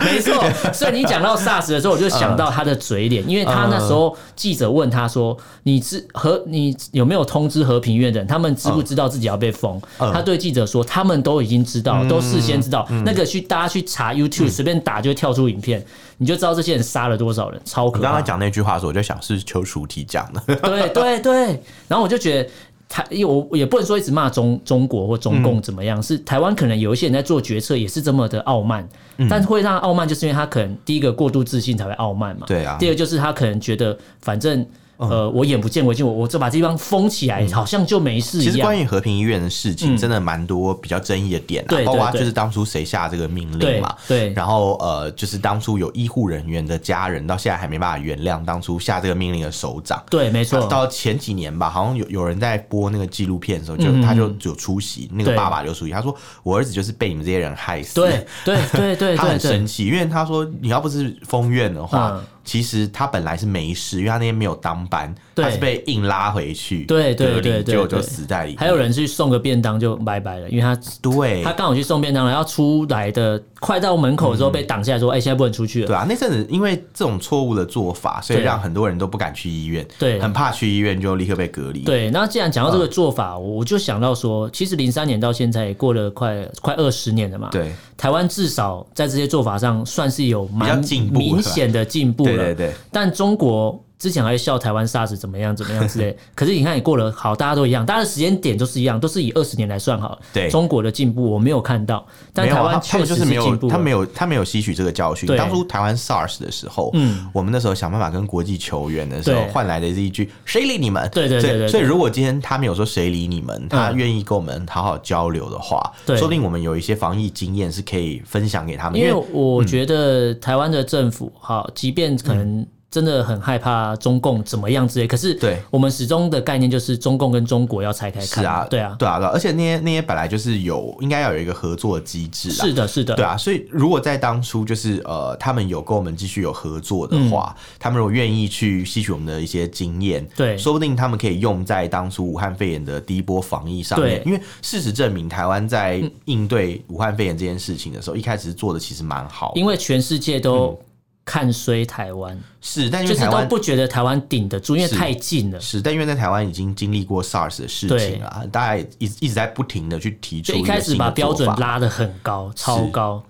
A: 没错，所以你讲到 SARS 的时候，我就
B: 嗯
A: 想到他的嘴脸，因为他那时候记者问他说：“你知和你有没有通知和平医院的人？他们知
B: 嗯
A: 不知道自己要被封？”他对记者说：“他们都已经知道，都事先知
B: 嗯
A: 道。那个去大家去查 YouTube，随便打就会跳出影片，你就知道这些人杀了多少人，超可
B: 你刚
A: 怕
B: 刚。”讲那句话的时候，我就想是邱淑媞讲的。
A: 对对对，然后我就觉得。台，因为我我也不能说一直骂中中国或中
B: 嗯
A: 共怎么样，是台湾可能有一些人在做决策也是这么的傲慢，
B: 嗯
A: 但会让傲慢，就是因为他可能第一个过度自信才会傲慢嘛，
B: 对啊嗯
A: 第二就是他可能觉得反正呃我眼不见为净，我我就把这地方封起来，好像就没事
B: 其
A: 一
B: 实
A: 样嗯
B: 关。于和平医院的事情，真的蛮多比较争议的点啊，
A: 对对
B: 包括
A: 对
B: 就是当初谁下这个命令嘛，
A: 对对
B: 然后呃，就是当初有医护人员的家人到现在还没办法原谅当初下这个命令的首长。
A: 对，没错，
B: 啊到前几年吧，好像有有人在播那个纪录片的时候，就
A: 嗯
B: 他就有出席，那个
A: 对
B: 爸爸就出席，他说我儿子就是被你们这些人害死，
A: 对对对对
B: 他
A: 对
B: 很生
A: 对，
B: 气，因为他说你要不是封院的话，
A: 嗯
B: 其实他本来是没事，因为他那天没有当班，
A: 对
B: 他是被硬拉回去隔
A: 对
B: 离，
A: 对对对
B: 结果
A: 对
B: 就死在里面。
A: 还有人去送个便当就拜拜了，因为他
B: 对
A: 他刚好去送便当了，要出来的快到门口的时
B: 嗯
A: 候被挡下来说，哎，现在不能出去了
B: 对。啊，那阵子因为这种错误的做法，所以
A: 对
B: 让很多人都不敢去医院，
A: 对
B: 很怕去医院就立刻被隔离。，
A: 对，那既然讲到这个做法，我我就想到说，其实零三年到现在也过了快快二十年了嘛。
B: 对，
A: 台湾至少在这些做法上算是有蛮
B: 较进步了
A: 明显的进步了。
B: 对对对
A: 但中国之前还会笑台湾 SARS 怎么样怎么样之类，可是你看也过了好，大家都一样，大家的时间点都是一样，都是以二十年来算好了。
B: 对
A: 中国的进步我没有看到，但
B: 没有
A: 台
B: 啊他
A: 湾
B: 他
A: 确
B: 们就
A: 实
B: 是没有
A: 进步，
B: 他没
A: 有。
B: 有他没有吸取这个教训
A: 对。
B: 当初台湾 SARS 的时候，
A: 嗯
B: 我们那时候想办法跟国际求援的时候
A: 对，
B: 换来的是一句“谁理你们”。
A: 对对对
B: 所以
A: 对对嗯
B: 所以如果今天他没有说“谁理你们”，他愿意跟我们好好交流的话，
A: 对
B: 说不定我们有一些防疫经验是可以分享给他们。
A: 因
B: 因
A: 为
B: 为嗯
A: 我觉得台湾的政府，好，即便可能真的很害怕中共怎么样之类，可是
B: 对
A: 我们始终的概念就是中共跟中国要拆开看，
B: 是啊，
A: 对啊，
B: 对啊，对啊而且那些那些本来就是有应该要有一个合作机制啊。
A: 是的，是的，
B: 对啊，所以如果在当初就是呃，他们有跟我们继续有合作的话，他们如果愿意去吸取我们的一些经验，
A: 嗯对
B: 说不定他们可以用在当初武汉肺炎的第一波防疫上
A: 对。
B: 面因为事实证明，台湾在应对武汉肺炎这件事情的时候，一开始做的其实蛮好的，
A: 因为全世界都看衰台湾，
B: 是，嗯但因
A: 就
B: 为
A: 是
B: 台
A: 都
B: 湾
A: 不觉得台湾顶得住，因为
B: 是
A: 太近了。
B: 是，但因为在台湾已经经历过 SARS 的事
A: 对
B: 情啊，大家也一直一直在不停的去提出
A: 就一
B: 个
A: 开始
B: 新的
A: 把标
B: 做
A: 准
B: 法
A: 拉得很高，超高，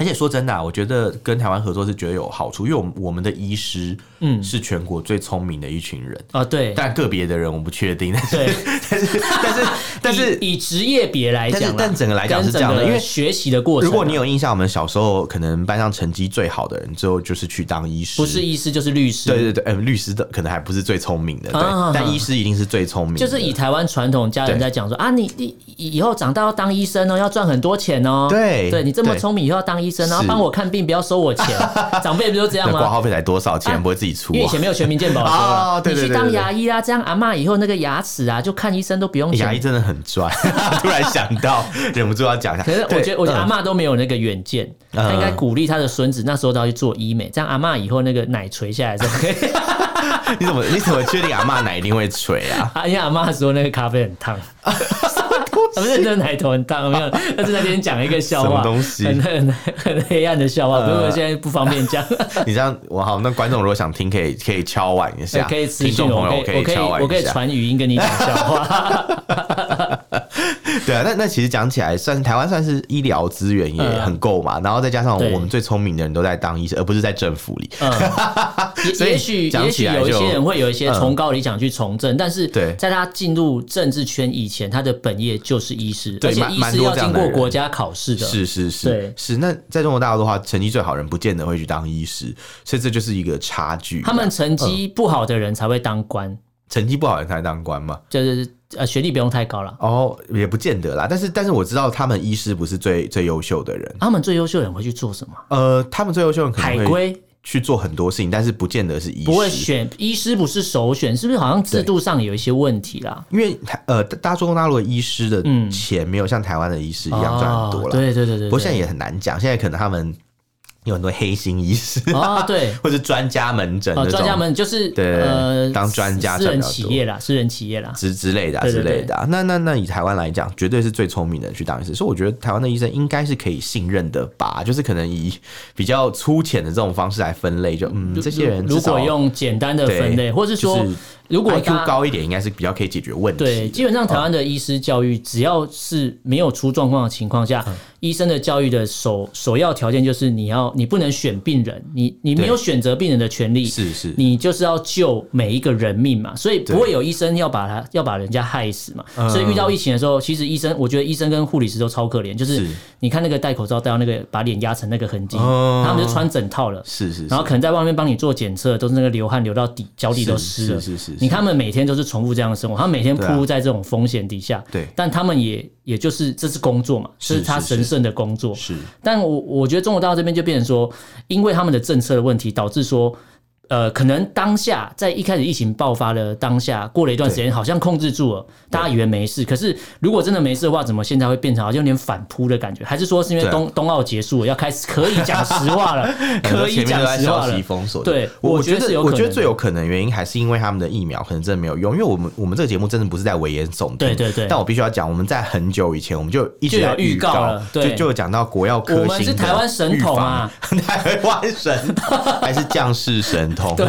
B: 而且说真的、啊，我觉得跟台湾合作是觉得有好处，因为我们我们的医师，嗯，是全国最聪明的一群人，
A: 啊，对
B: 但个别的人我不确定，但是
A: 对。
B: 但是但 是 但是，
A: 以以职业别来讲啦，
B: 但是但整个来讲是这样的
A: 跟整个
B: 因为
A: 学习的过程啊，
B: 如果你有印象，我们小时候可能班上成绩最好的人，最后就是去当医师，
A: 不是医师就是律师，
B: 对对对，呃，律师的可能还不是最聪明的，对，
A: 啊
B: 但医师一定是最聪明的，
A: 就是以台湾传统家人在讲说啊，你你以以后长大要当医生哦，要赚很多钱哦。
B: 对
A: 对你这么
B: 对
A: 聪明，以后要当医生，然后
B: 是
A: 帮我看病，不要收我 钱。长辈不就这样
B: 那挂
A: 吗？
B: 号费才多少钱，
A: 啊
B: 不会自己出
A: 因为以
B: 啊
A: 前？没有全民健保的时候啦
B: 啊对对
A: 你去
B: 对对
A: 当
B: 对
A: 牙医啊，这样阿嬷以后那个牙齿啊，就看医生都不用
B: 牙医
A: 钱。
B: 真的很赚， 突然想到，忍不住要讲一下。
A: 可是我
B: 对
A: 觉得，我觉得
B: 嗯
A: 阿嬷都没有那个远见，
B: 嗯
A: 她应该鼓励她的孙子那时候都要去做医美，这样阿嬷以后那个奶垂下来之后，
B: 你怎么你怎么确定阿嬷奶一定会垂啊？
A: 啊，因为阿妈说那个咖啡很烫，啊，不是那奶头很烫，没有，但是那天讲一个笑话，
B: 什么东西
A: 很 很很黑暗的笑话，不过现在不方便讲。
B: 你 这样，我好，那观众如果想听，可以可以敲碗一下，
A: 可以私
B: 听
A: 信
B: 众
A: 我，
B: 朋友
A: 我可以，我可以
B: 敲，碗
A: 我可以
B: 一下。
A: 传语音跟你讲笑 话。
B: 对啊，那那其实讲起来，算台湾算是医疗资源也
A: 嗯
B: 很够嘛，然后再加上
A: 对
B: 我们最聪明的人都在当医生，而不是在政府里。
A: 嗯，
B: 所
A: 也
B: 以
A: 也许
B: 讲
A: 也许
B: 起来
A: 有一
B: 就
A: 些人会有一些
B: 嗯
A: 崇高理想去从政，但是
B: 对
A: 在他进入政治圈以前，他的本业就是医师，
B: 对
A: 而且
B: 蛮
A: 医
B: 蛮
A: 师
B: 多
A: 要
B: 这样
A: 经
B: 的
A: 过
B: 人
A: 国家考试的。
B: 是是是
A: 对
B: 是，那在中国大陆的话，成绩最好的人不见得会去当医师，所以这就是一个差距嘛。
A: 他们成绩
B: 嗯
A: 不好的人才会当官，
B: 成绩不好的人才当官嘛？
A: 就是呃学历不用太高了，
B: 哦，也不见得啦。但是但是我知道他们医师不是最最优秀的人，
A: 他们最优秀的人会去做什么？
B: 呃，他们最优秀的人可
A: 海
B: 能会
A: 归
B: 去做很多事情，但是不见得是医师，
A: 不会选医师，不是首选，是不是好像制度上有一些问题啦？
B: 因为台呃，大中国大陆的医师的钱没有像台湾的医师一样赚很多
A: 哦
B: 了。
A: 对对对对，
B: 不过现在
A: 也
B: 也很难讲，现在可能他们有很多黑心医师，
A: 啊，对
B: 或者专家门诊
A: 哦，
B: 那
A: 专家
B: 种。
A: 们就是
B: 对对对
A: 呃
B: 当专家
A: 私私人
B: 赚比较
A: 企
B: 多
A: 业啦，私人企业啦，
B: 之之类的、啊、
A: 对对对
B: 之类的、啊，那那那以台湾来讲，绝对是最聪明的人去当医生，所以我觉得台湾的医生应该是可以信任的吧，就是可能以比较粗浅的这种方式来分类，就嗯，这些人
A: 如
B: 至少
A: 果用简单的
B: 对
A: 分类，或是说
B: 就是
A: 如果
B: IQ
A: 他。
B: 高一点，应该是比较可以解决问题的。嗯
A: 对，基本上台湾的医师教育，只要是没有出状况的情况下，医生的教育的首首要条件就是你要你不能选病人，你你没有选择病人的权利，
B: 是是
A: 你就是要救每一个人命嘛，所以不会有医生要把他要把人家害死嘛。
B: 嗯
A: 所以遇到疫情的时候，其实医生，我觉得医生跟护理师都超可怜，就是
B: 是
A: 你看那个戴口罩戴到那个把脸压成那个痕迹，
B: 嗯
A: 他们就穿整套了。
B: 是是，
A: 然后可能在外面帮你做检测，都是那个流汗流到底，脚底都湿了。
B: 是是是是
A: 你看他们每天都是重复这样的生活，他们每天
B: 对啊
A: 扑在这种风险底下。
B: 对
A: 但他们也也就是这是工作嘛，这是
B: 是
A: 他
B: 是
A: 神圣的工作。
B: 是
A: 但我我觉得中国大陆这边就变成说，因为他们的政策的问题，导致说，呃，可能当下在一开始疫情爆发的当下，过了一段时间，好像控制住了，大家以为没事。可是如果真的没事的话，怎么现在会变成好像有点反扑的感觉？还是说是因为
B: 对啊
A: 冬冬奥结束了，要开始可以讲实话 了，可以
B: 前面
A: 讲
B: 都在
A: 实话
B: 消
A: 了
B: 息？封锁。
A: 对
B: 我
A: 我觉得
B: 得
A: 是有
B: 我
A: 可
B: 觉得
A: 能
B: 最
A: 的
B: 有可能原因还是因为他们的疫苗可能真的没有用，因为我们我们这个节目真的不是在危言耸听。
A: 对对对
B: 但我必须要讲，我们在很久以前我们就一直
A: 就有
B: 在
A: 预告
B: 告
A: 了，
B: 就
A: 对
B: 就有讲到国药科
A: 我们
B: 兴
A: 是
B: 的
A: 台湾神童啊
B: 预防， 台湾神童还是将士神童？
A: 对，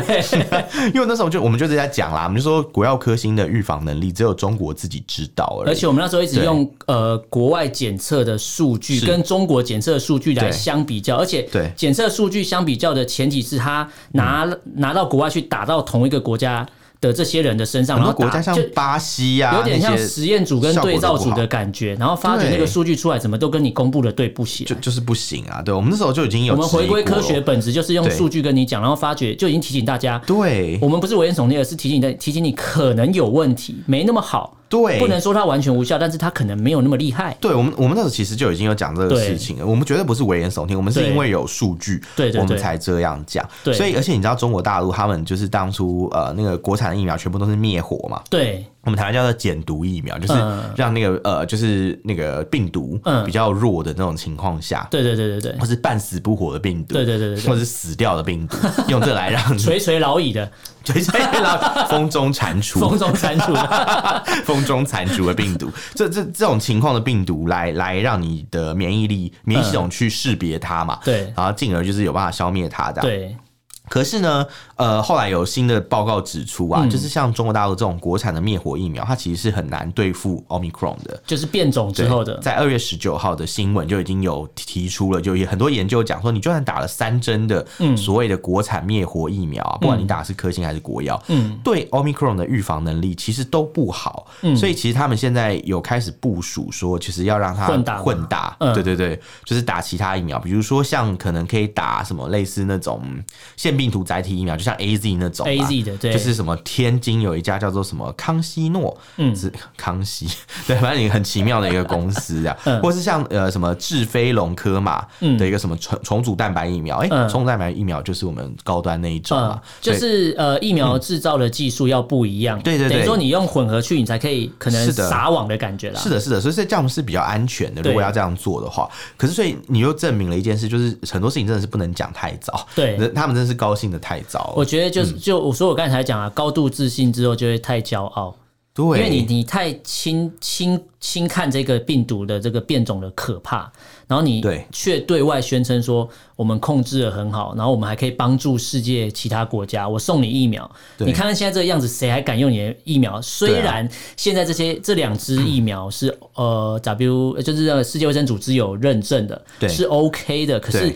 B: 因为那时候就我们就是在讲啦，我们就说国药科兴的预防能力只有中国自己知道而
A: 而
B: 已。
A: 且我们那时候一直
B: 对
A: 用呃国外检测的数据
B: 是
A: 跟中国检测的数据来
B: 对
A: 相比较，而且
B: 对嗯
A: 检测数据相比较的前提是他拿、拿到国外去打到同一个国家的这些人的身上，
B: 很
A: 然后
B: 多国
A: 打
B: 家像
A: 就
B: 巴西呀、
A: 有点像
B: 那些
A: 实验组跟
B: 效果
A: 对
B: 都
A: 照
B: 不
A: 组
B: 好
A: 的感觉，然后发觉
B: 对
A: 那个数据出来怎么都跟你公布的对不起
B: 就
A: 来。
B: 就是不行啊！对我们那时候就已经有
A: 我们
B: 质疑
A: 回归
B: 过
A: 科
B: 了
A: 学，本质，就是用
B: 对
A: 数据跟你讲，然后发觉就已经提醒大家，
B: 对
A: 我们不是危言耸听，而是提醒你，提醒你可能有问题，没那么好。
B: 对，
A: 不能说它完全无效，但是它可能没有那么厉害。
B: 对我们，我们那时候其实就已经有讲这个
A: 对
B: 事情了。我们绝对不是危言耸听，我们是
A: 对
B: 因为有数据，
A: 对对对
B: 我们才这样讲。
A: 对
B: 所以，而且你知道中国大陆他们就是当初呃那个国产疫苗全部都是灭活嘛，
A: 对，
B: 我们台湾叫做减毒疫苗，就是
A: 嗯
B: 让那个呃就是那个病毒
A: 嗯
B: 比较弱的那种情况下。
A: 对对对对对
B: 或，是半死不活的病毒，
A: 对对对对对
B: 或是死掉的病毒，用这来让
A: 垂垂老矣的，
B: 垂垂老风中 蟾蜍，
A: 风中蟾 蜍的，
B: 风中残烛的病毒，这这这种情况的病毒来来让你的免疫力、免疫系统去识别它嘛，
A: 嗯对
B: 然后进而就是有办法消灭它的。
A: 对。
B: 可是呢，呃，后来有新的报告指出
A: 嗯
B: 啊，就是像中国大陆这种国产的灭活疫苗，它其实是很难对付 Omicron 的。
A: 就是变种之
B: 对
A: 后的，
B: 在二月十九号的新闻就已经有提出了，就也很多研究讲说，你就算打了三针的
A: 嗯
B: 所谓的国产灭活疫苗啊，不管你打的是科兴还是国药，
A: 嗯，
B: 对 Omicron 的预防能力其实都不好，所以其实他们现在有开始部署说，其实要让它
A: 混打嘛
B: 混打，
A: 嗯
B: 对对对，就是打其他疫苗，比如说像可能可以打什么类似那种嗯腺病毒载体疫苗，就像 A Z 那种吧
A: AZ 的对
B: 就是什么天津有一家叫做什么康熙诺，
A: 嗯
B: 嗯，康熙， 对，反正一个很奇妙的一个公司这样，或是像呃什么智飞龙科嘛
A: 嗯
B: 的一个什么重重组蛋白疫苗，哎、
A: 嗯
B: 重组蛋白疫苗就是我们高端那一种嘛
A: 嗯，，就是呃疫苗制造的技术要不一样，
B: 嗯对对对
A: 等于说你用混合去，你才可以可能
B: 是的
A: 撒网的感觉啦，
B: 是的，是的，所以这样是比较安全的。
A: 啊对
B: 如果要这样做的话，可是所以你又证明了一件事，就是很多事情真的是不能讲太早。
A: 对
B: 人他们真的是嗯高兴的太早
A: 我
B: 了。
A: 觉得就是就我说我刚才讲啊，高度自信之后就会太骄傲，
B: 对，
A: 因为你你太轻轻轻看这个病毒的这个变种的可怕，然后你
B: 对
A: 却对外宣称说我们控制的很好，然后我们还可以帮助世界其他国家，我送你疫苗。
B: 对啊
A: 你看看现在这个样子，谁还敢用你的疫苗？虽然现在这些这两支疫苗是、
B: 嗯
A: 呃 W 就是那个世界卫生组织有认证的，
B: 对
A: 是 OK 的，可是
B: 对。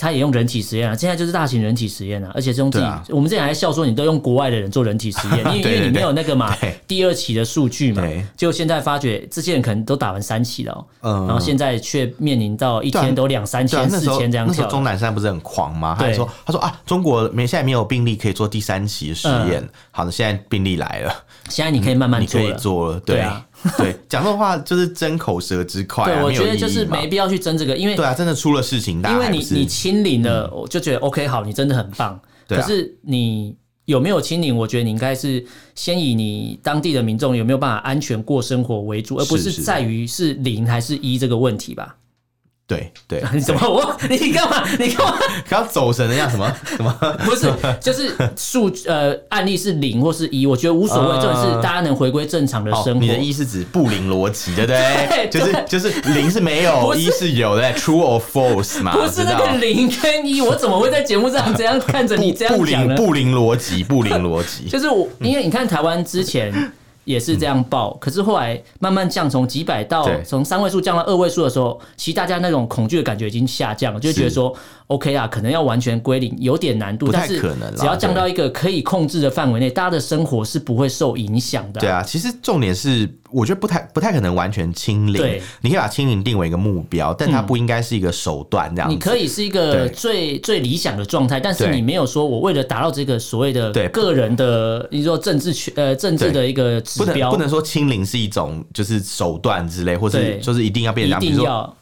A: 它也用人体实验啊，现在就是大型人体实验啊，而且是用自己。
B: 对啊
A: 我们之前还笑说，你都用国外的人做人体实验，因为因
B: 对
A: 为
B: 对
A: 你没
B: 对
A: 有那个嘛
B: 对
A: 第二期的数据嘛
B: 对，
A: 就现在发觉这些人可能都打完三期了哦、
B: 嗯
A: 然后现在却面临到一天都两三
B: 对啊
A: 千、
B: 那
A: 四
B: 时候
A: 千这样
B: 那时
A: 跳
B: 候钟
A: 了。
B: 南山不是很狂吗？他还
A: 对
B: 说他说啊，中国没现在没有病例可以做第三期实验。好的，现在病例来了，
A: 现在你可以慢慢
B: 嗯你
A: 做
B: 可以
A: 嗯了。
B: 做了。
A: 对
B: 对
A: 啊
B: 对，讲这种话就是争口舌之快啊，
A: 对，我
B: 没有
A: 觉得
B: 意义
A: 就是
B: 嘛
A: 没必要去争这个，因为
B: 对啊，真的出了事情，大家
A: 因为
B: 还
A: 你
B: 不是嗯
A: 你清零了，我就觉得 OK 好，你真的很棒。
B: 对
A: 可
B: 啊
A: 是你有没有清零？我觉得你应该是先以你当地的民众有没有办法安全过生活为主，而不
B: 是
A: 是
B: 是
A: 在于是零还是一这个问题吧？
B: 对对，
A: 你怎么我你干嘛你干嘛？
B: 刚刚走神的样 什么什么。哦
A: 不是，就是数呃案例是零或是一，我觉得无所谓，
B: 嗯
A: 重点是大家能回归正常的生活。
B: 哦你的一是指不零逻辑，对不对？
A: 对
B: 就是就是零是没有，
A: 是
B: 一是有的，true or false 嘛？
A: 不是
B: 啊我知
A: 那
B: 道
A: 个零跟一，我怎么会在节目上这样看着你这
B: 不
A: 样讲
B: 零
A: 呢？
B: 不零逻辑，不零逻辑。
A: 就是我，因为你看台湾之前也是这样报，可是后来慢慢降，从几百到
B: 嗯对
A: 从三位数降到二位数的时候，其实大家那种恐惧的感觉已经下降了，就觉得说 OK 啦，可能要完全归零有点难度，
B: 不太
A: 但是
B: 可能啦
A: 只要降到一个可以控制的范围内，大家的生活是不会受影响的。
B: 对啊，其实重点是，我觉得不太不太可能完全清零
A: 对。
B: 你可以把清零定为一个目标，但它
A: 嗯
B: 不应该是一个手段这样子。
A: 你可以是一个
B: 对
A: 最最理想的状态，但是
B: 对
A: 你没有说我为了达到这个所谓的
B: 对
A: 个人的，你说政治权呃政治的一个指
B: 不能
A: 标，
B: 不能说清零是一种就是手段之类，或
A: 对
B: 是就是一定要变
A: 一
B: 成这样。比如
A: 定
B: 说，
A: 要。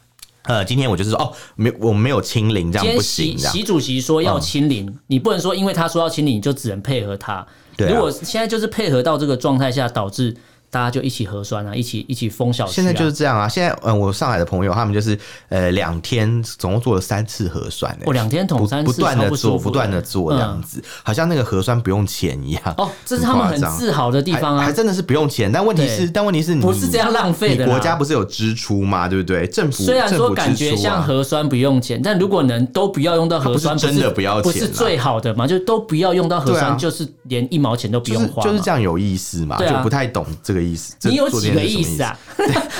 B: 呃，今天我就是说哦，没我没有清零，这
A: 今
B: 样
A: 天
B: 不行，
A: 习
B: 这样嗯
A: 习主席说要清零，你不能说因为他说要清零，你就只能配合他。
B: 对啊
A: 如果现在就是配合到这个状态下，导致大家就一起核酸啊，一起一起封小区、啊。
B: 现在就是这样啊！现在嗯，我上海的朋友他们就是呃两天总共做了三次核酸、欸，
A: 我哦两天捅
B: 不
A: 三
B: 不
A: 次，
B: 断
A: 超
B: 的
A: 不舒
B: 做，
A: 服嗯
B: 不断的做这样子，好像那个核酸不用钱一样。
A: 哦，这是他们很
B: 很夸张
A: 自豪的地方
B: 还
A: 啊
B: 还，真的是不用钱，但问题是，
A: 对
B: 但问题是你
A: 不是这样浪费
B: 你
A: 的啦。
B: 国家不是有支出嘛，对不对？政府
A: 虽然说感觉
B: 政府支出
A: 像
B: 啊
A: 核酸不用钱，但如果能都不要用到核酸，
B: 它不是真的不要
A: 不
B: 钱啊
A: 是最好的嘛？就都不要用到核
B: 对
A: 酸，
B: 啊
A: 就是连一毛钱都不
B: 就
A: 用
B: 是
A: 花嘛。
B: 就是这样有意思嘛，
A: 对啊
B: 就不太懂这个意思。这
A: 你有
B: 做这
A: 几个
B: 件事什
A: 意
B: 么
A: 思
B: 思？
A: 啊？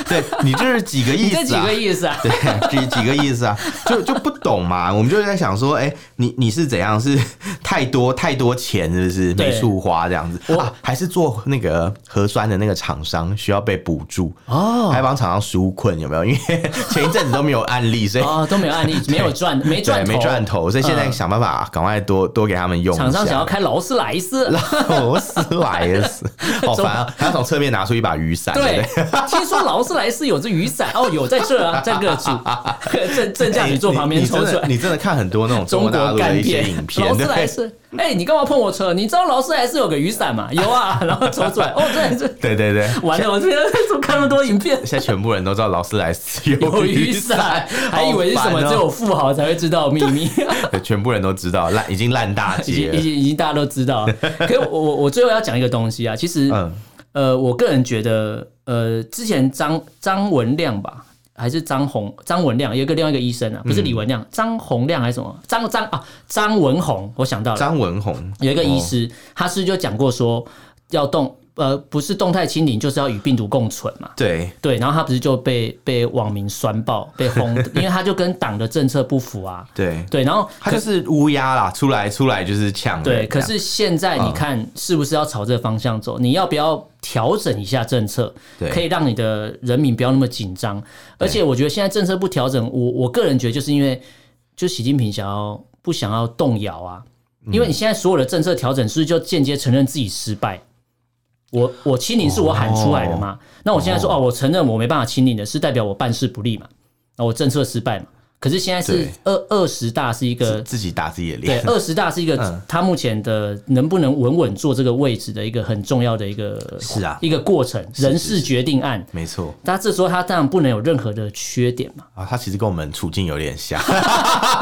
B: 对你这是几个
A: 你
B: 意
A: 这
B: 思
A: 几
B: 啊
A: 个？意思啊？
B: 对，这 几个意思啊，就就不懂嘛。我们就在想说，哎、你你是怎样？是太多太多钱，是不是
A: 对
B: 没处花这样子啊？还是做那个核酸的那个厂商需要被补助
A: 哦
B: 还帮厂商纾困有没有？因为前一阵子都没有案例，所以。
A: 哦，都没有案例，没有赚，没
B: 对，
A: 赚头，
B: 没赚头，所以现在
A: 嗯
B: 想办法赶快多多给他们用一下。
A: 厂商 想要开劳斯莱斯。
B: 劳斯 莱斯，好烦啊！还要从侧面拿出一把雨伞，对不
A: 对
B: 对？，
A: 听说劳斯莱斯有只雨伞哦，有在这啊，在各 处正正驾驶座旁边
B: 哎你
A: 抽
B: 真
A: 出
B: 的
A: 来。
B: 你真的看很多那种
A: 中
B: 国大
A: 国
B: 陆的
A: 干
B: 一些
A: 片
B: 影，片，
A: 劳斯
B: 对不
A: 莱
B: 对？
A: 斯，哎，你干嘛碰我车？你知道劳斯莱斯有个雨伞吗？有啊，然后抽出来，哦，这这
B: 对对对，
A: 完了，我这边怎么看那么多影 片？
B: 现在全部人都知道劳斯莱斯有
A: 有雨
B: 伞
A: 伞，， 还以为是什么
B: 哦
A: 只有富豪才会知道的秘 密，
B: 好烦哦全部人都知道烂已经烂大
A: 已
B: 街
A: 经已
B: 了。
A: 经已经大家都知道 了。可是我我我最后要讲一个东西啊，其实
B: 嗯，
A: 呃，我个人觉得呃，之前张张文亮吧。还是张宏、张文亮，有一个另外一个医生啊，
B: 嗯
A: 不是李文亮，张洪亮还是什么？张张啊，张文宏，我想到了，
B: 张文宏
A: 有一个医
B: 哦
A: 师，他是就讲过说要动。呃，不是动态清零，就是要与病毒共存嘛。
B: 对，
A: 对，然后他不是就被被网民酸爆、被 轰，因为他就跟党的政策不符啊。
B: 对，
A: 对，然后
B: 他就是乌鸦啦，出来出来就是呛人。
A: 对，
B: 这
A: 可
B: 样
A: 是现在你看是不是要朝这个方向走？你要不要调整一下政策
B: 对，
A: 可以让你的人民不要那么紧张？而且我觉得现在政策不调整，我我个人觉得就是因为就习近平想要不想要动摇啊？因为你现在所有的政策调整，是不是就间接承认自己失败？我我清零是我喊出来的嘛？那我现在说哦，我承认我没办法清零的，是代表我办事不力嘛？那我政策失败嘛？可是现在是
B: 对
A: 二二十大是一个
B: 自自己打自己的
A: 呃对，
B: 脸。
A: 二十大是一个、
B: 嗯
A: 他目前的能不能稳稳坐这个位置的一个很重要的一个
B: 是啊
A: 一个过程，人
B: 是
A: 事决定案。
B: 没错
A: 但这时候他当然不能有任何的缺点嘛，
B: 啊，他其实跟我们处境有点像。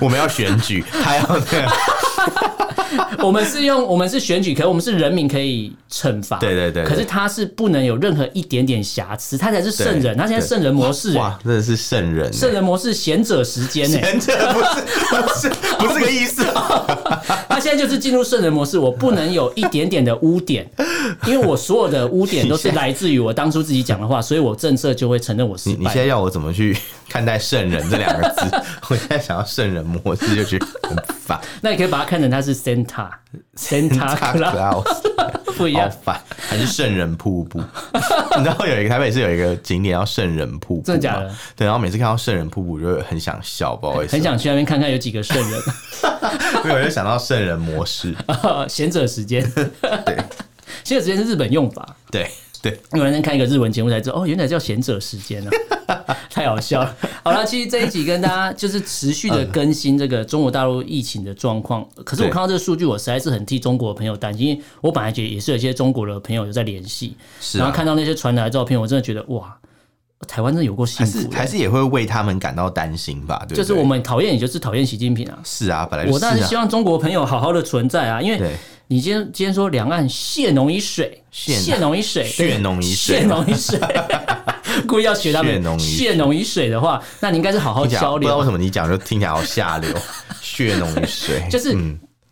B: 我们要选举，他要那个，
A: 我们是用我们是选举，可我们是人民可以惩罚，
B: 对对对对
A: 可是他是不能有任何一点点瑕疵，他才是圣人，他现在圣人模式、欸，
B: 哇，真的是圣人欸，
A: 圣人模式贤者时 间呢、欸
B: 人这不是不是不是这个意 思啊。
A: 他现在就是进入圣人模式，我不能有一点点的污 点，因为我所有的污点都是来自于我当初自己讲的话，所以我政策就会承认我失
B: 你你
A: 败
B: 现。在要我怎么去看待“圣人”这两个 字？我现在想要圣人模式，就觉得很烦。
A: 那你可以把它看成它是 Santa Santa
B: 大
A: Claus，不 一
B: 好
A: 样，
B: 烦，还是圣人瀑布？ 你知道有一个台北是有一个景点叫圣人瀑布，
A: 真的假的？
B: 对，然后每次看到圣人瀑布，我就会很想笑，不好意思，
A: 很想去那边看看有几个圣
B: 没有，我就想到圣人 模式，
A: 人。贤者时间，
B: 对
A: 贤者时间是日本用法。
B: 对对，
A: 因为那天看一个日文节目才知道，哦，原来叫贤者时间啊， 太好笑了。好了，其实这一集跟大家就是持续的更新这个中国大陆疫情的状况。可是我
B: 嗯对
A: 看到这个数据，我实在是很替中国的朋友担心，因为我本来觉得也是有一些中国的朋友有在联系，
B: 是
A: 然后
B: 啊。
A: 看到那些传来的照片，我真的觉得哇，台湾真的有够幸
B: 还是
A: 福的。
B: 还是也会为他们感到担心吧，对不
A: 就
B: 对？
A: 是我们讨厌，也就是讨厌习近平啊。
B: 是啊，本来就
A: 我
B: 是
A: 当然是希
B: 啊，
A: 望中国朋友好好的存在啊，因为
B: 对
A: 你今天今天说两岸血浓于水，
B: 血
A: 血浓于水，
B: 血浓于水
A: 血浓于 水，故意要学他
B: 血浓
A: 们
B: 于水
A: 血浓于水的话，那你应该是好好
B: 听起来
A: 交
B: 不知道为
A: 流，啊
B: 什么你讲就听起来好 下流，血浓于水，
A: 就是。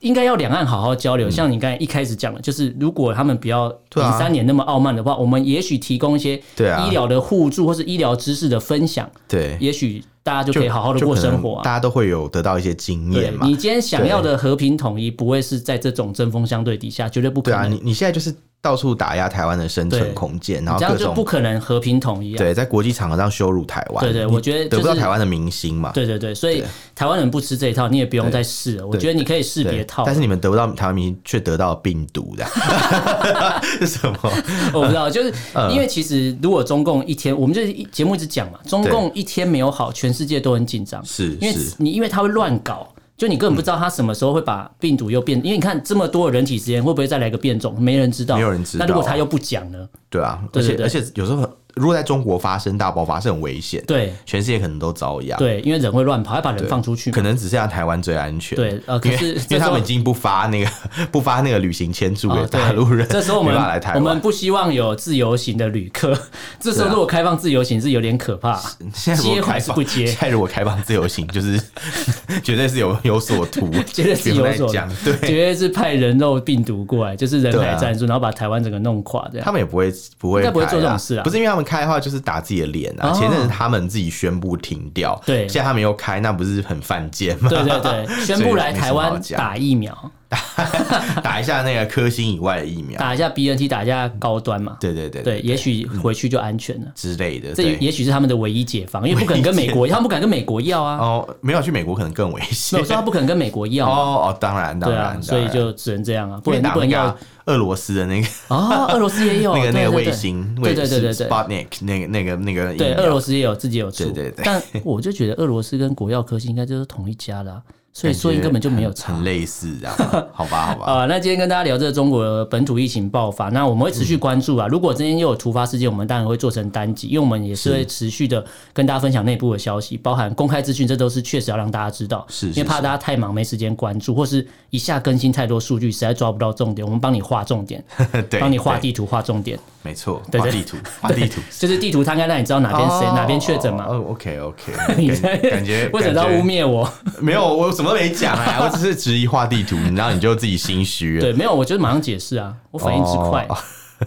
A: 应该要两岸好好交流，像你刚才一开始讲的，就是如果他们不要
B: 嗯对啊
A: 零三年那么傲慢的话，我们也许提供一些
B: 对啊
A: 医疗的互助或是医疗知识的分享，
B: 对，
A: 也许大家就
B: 就
A: 可以好好的
B: 就
A: 过
B: 可能
A: 生活啊
B: 大。家都会有得到一些经
A: 对
B: 验嘛
A: 你。今天想要的和平统一，不会是在这种针锋相对底下，绝对不可
B: 对啊，
A: 能。
B: 你你现在就是到处打压台湾的生存
A: 对
B: 空间，然后
A: 这
B: 各
A: 样就
B: 种
A: 不可能和平统一啊！
B: 对在国际场合上羞辱台湾。
A: 对对
B: 你
A: 我觉得
B: 得不到
A: 就是
B: 台湾的明星嘛。
A: 对对对，所以台湾人不吃这一套，你也不用再试了。我觉得你可以试
B: 对
A: 别套，啊
B: 但是你们得不到台湾明星，却得到病毒的， 是什么？
A: 哦我不知道，就是
B: 嗯
A: 因为其实如果中共一天，我们就是一节目一直讲嘛，中共一天没有好，全世界都很紧张，
B: 是
A: 因为
B: 是
A: 你因为他会乱搞。就你根本不知道他什么时候会把病毒又变，因为你看这么多的人体实验，会不会再来个变种？没人知道，
B: 没有人知道啊
A: 那如果他又不讲呢？
B: 对啊，而
A: 对
B: 且
A: 对对
B: 而且有时候很如果在中国发生大爆发是很危险，，
A: 对
B: 全世界可能都遭殃，
A: 对，因为人会乱跑，要把人
B: 对，
A: 放出去嘛。
B: 可能只剩下台湾最安全。
A: 对呃可
B: 因为
A: 是
B: 因
A: 这
B: 为
A: 时
B: 他
A: 候
B: 们已经不发那个 不发那个旅行签注给
A: 啊，对
B: 大陆人，
A: 这时候我
B: 没
A: 们
B: 办法来台湾，啊
A: 我们不希望有自由行的旅客。 这时候如果开放自由行是有点可怕，
B: 现在如
A: 接
B: 果开
A: 还是
B: 放，
A: 不接
B: 现？在如果开放自由行，就是 绝对是有有所图，
A: 绝对是
B: 不用
A: 有
B: 再
A: 所
B: 讲。
A: 绝
B: 对，
A: 对是派人肉病毒过来，就是人
B: 对
A: 海
B: 啊
A: 战术，然后把台湾整个弄垮这样。
B: 他们也不会不会
A: 应该不会
B: 开
A: 做这种事啊
B: 不是因为他们开的话就是打自己的脸啊。
A: 哦
B: 前阵子他们自己宣布停掉，
A: 对
B: 现在他们又开，那不是很犯贱吗？
A: 对对 对，宣布来台湾
B: 所以没什么好
A: 打疫苗，
B: 讲 打一下那个科兴以外的疫苗，
A: 打一下 BNT，打一下高端嘛。
B: 对对对
A: 对，也许回去就安全了。
B: 之类的。
A: 这
B: 对
A: 也许是他们的唯一解放，因为不肯跟美国，他们不敢跟美国要啊。
B: 哦，没有去美国可能更危
A: 没
B: 险
A: 有我。说他不肯跟美国要
B: 哦
A: 嘛，
B: 哦，当然当
A: 对
B: 然，
A: 啊，
B: 当
A: 所以
B: 然
A: 就只能这样啊，不
B: 因为
A: 能
B: 打
A: 不能
B: 那个
A: 要
B: 啊俄罗斯的那个
A: 啊。俄罗斯也有
B: 那个那
A: 对
B: 个
A: 对
B: 卫
A: 对
B: 星，
A: 对对对对对
B: Sputnik 那个那个那个疫
A: 对，
B: 苗
A: 俄罗斯也有自己也有出，
B: 对对对
A: 但我就觉得俄罗斯跟国药科兴应该就是同一家啦、所以缩阴根本就没有差
B: 很。类似这样吧， 好吧，好吧，
A: 啊、那今天跟大家聊这个中国本土疫情爆发，那我们会持续关注啊。如果今天又有突发事件，我们当然会做成单集，因为我们也是会持续的跟大家分享内部的消息，包含公开资讯，这都是确实要让大家知道，
B: 是是
A: 因为怕
B: 是
A: 大家太忙没时间关注，或是一下更新太多数据，实在抓不到重点，我们帮你画重点，
B: 对，
A: 帮你画
B: 对，
A: 地图画重点，
B: 没错，
A: 对
B: 画
A: 对
B: 地图，画地图，
A: 就是地图摊开，让你知道哪 边谁、哪边确诊嘛。
B: 哦，OK OK，
A: 你在
B: 感觉
A: 为什么要污？蔑 我？
B: 感觉没有，我什么都没讲哎，我只是质疑画地图，然后你就自己心虚了。
A: 对，没有，我就马上解释啊，我反应之快。
B: 哦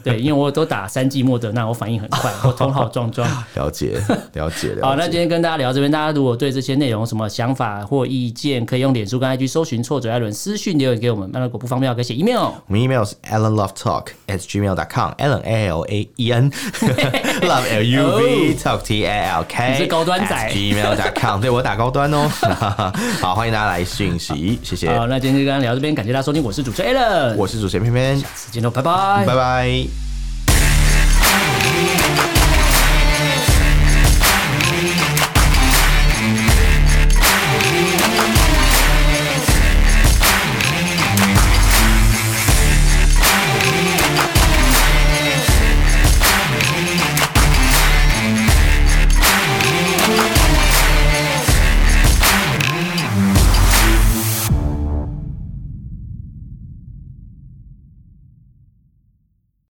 A: 对，因为我都打三剂莫德纳，我反应很 快，我头好壮壮。
B: 了解，了解，
A: 好，
B: 了
A: 那
B: 解。
A: 今天跟大家聊这边，大家如果对这些内容有什么想法或意见，可以用脸书跟 IG 搜寻“错嘴艾伦”私讯留言给我们。那如果不方便，要可以写 email。
B: 我们 email 是 allenlovetalk at gmail dot com allen a l a e n love l u v talk t a l k，
A: 哦你是高端仔
B: at gmail dot com，对我打高端哦。 好，欢迎大家来讯息，谢谢。
A: 好，那今天就跟大家聊这边，感谢大家收听，我是主持人 a l l n
B: 我是主持人偏偏，
A: 时间都拜拜
B: 拜。拜。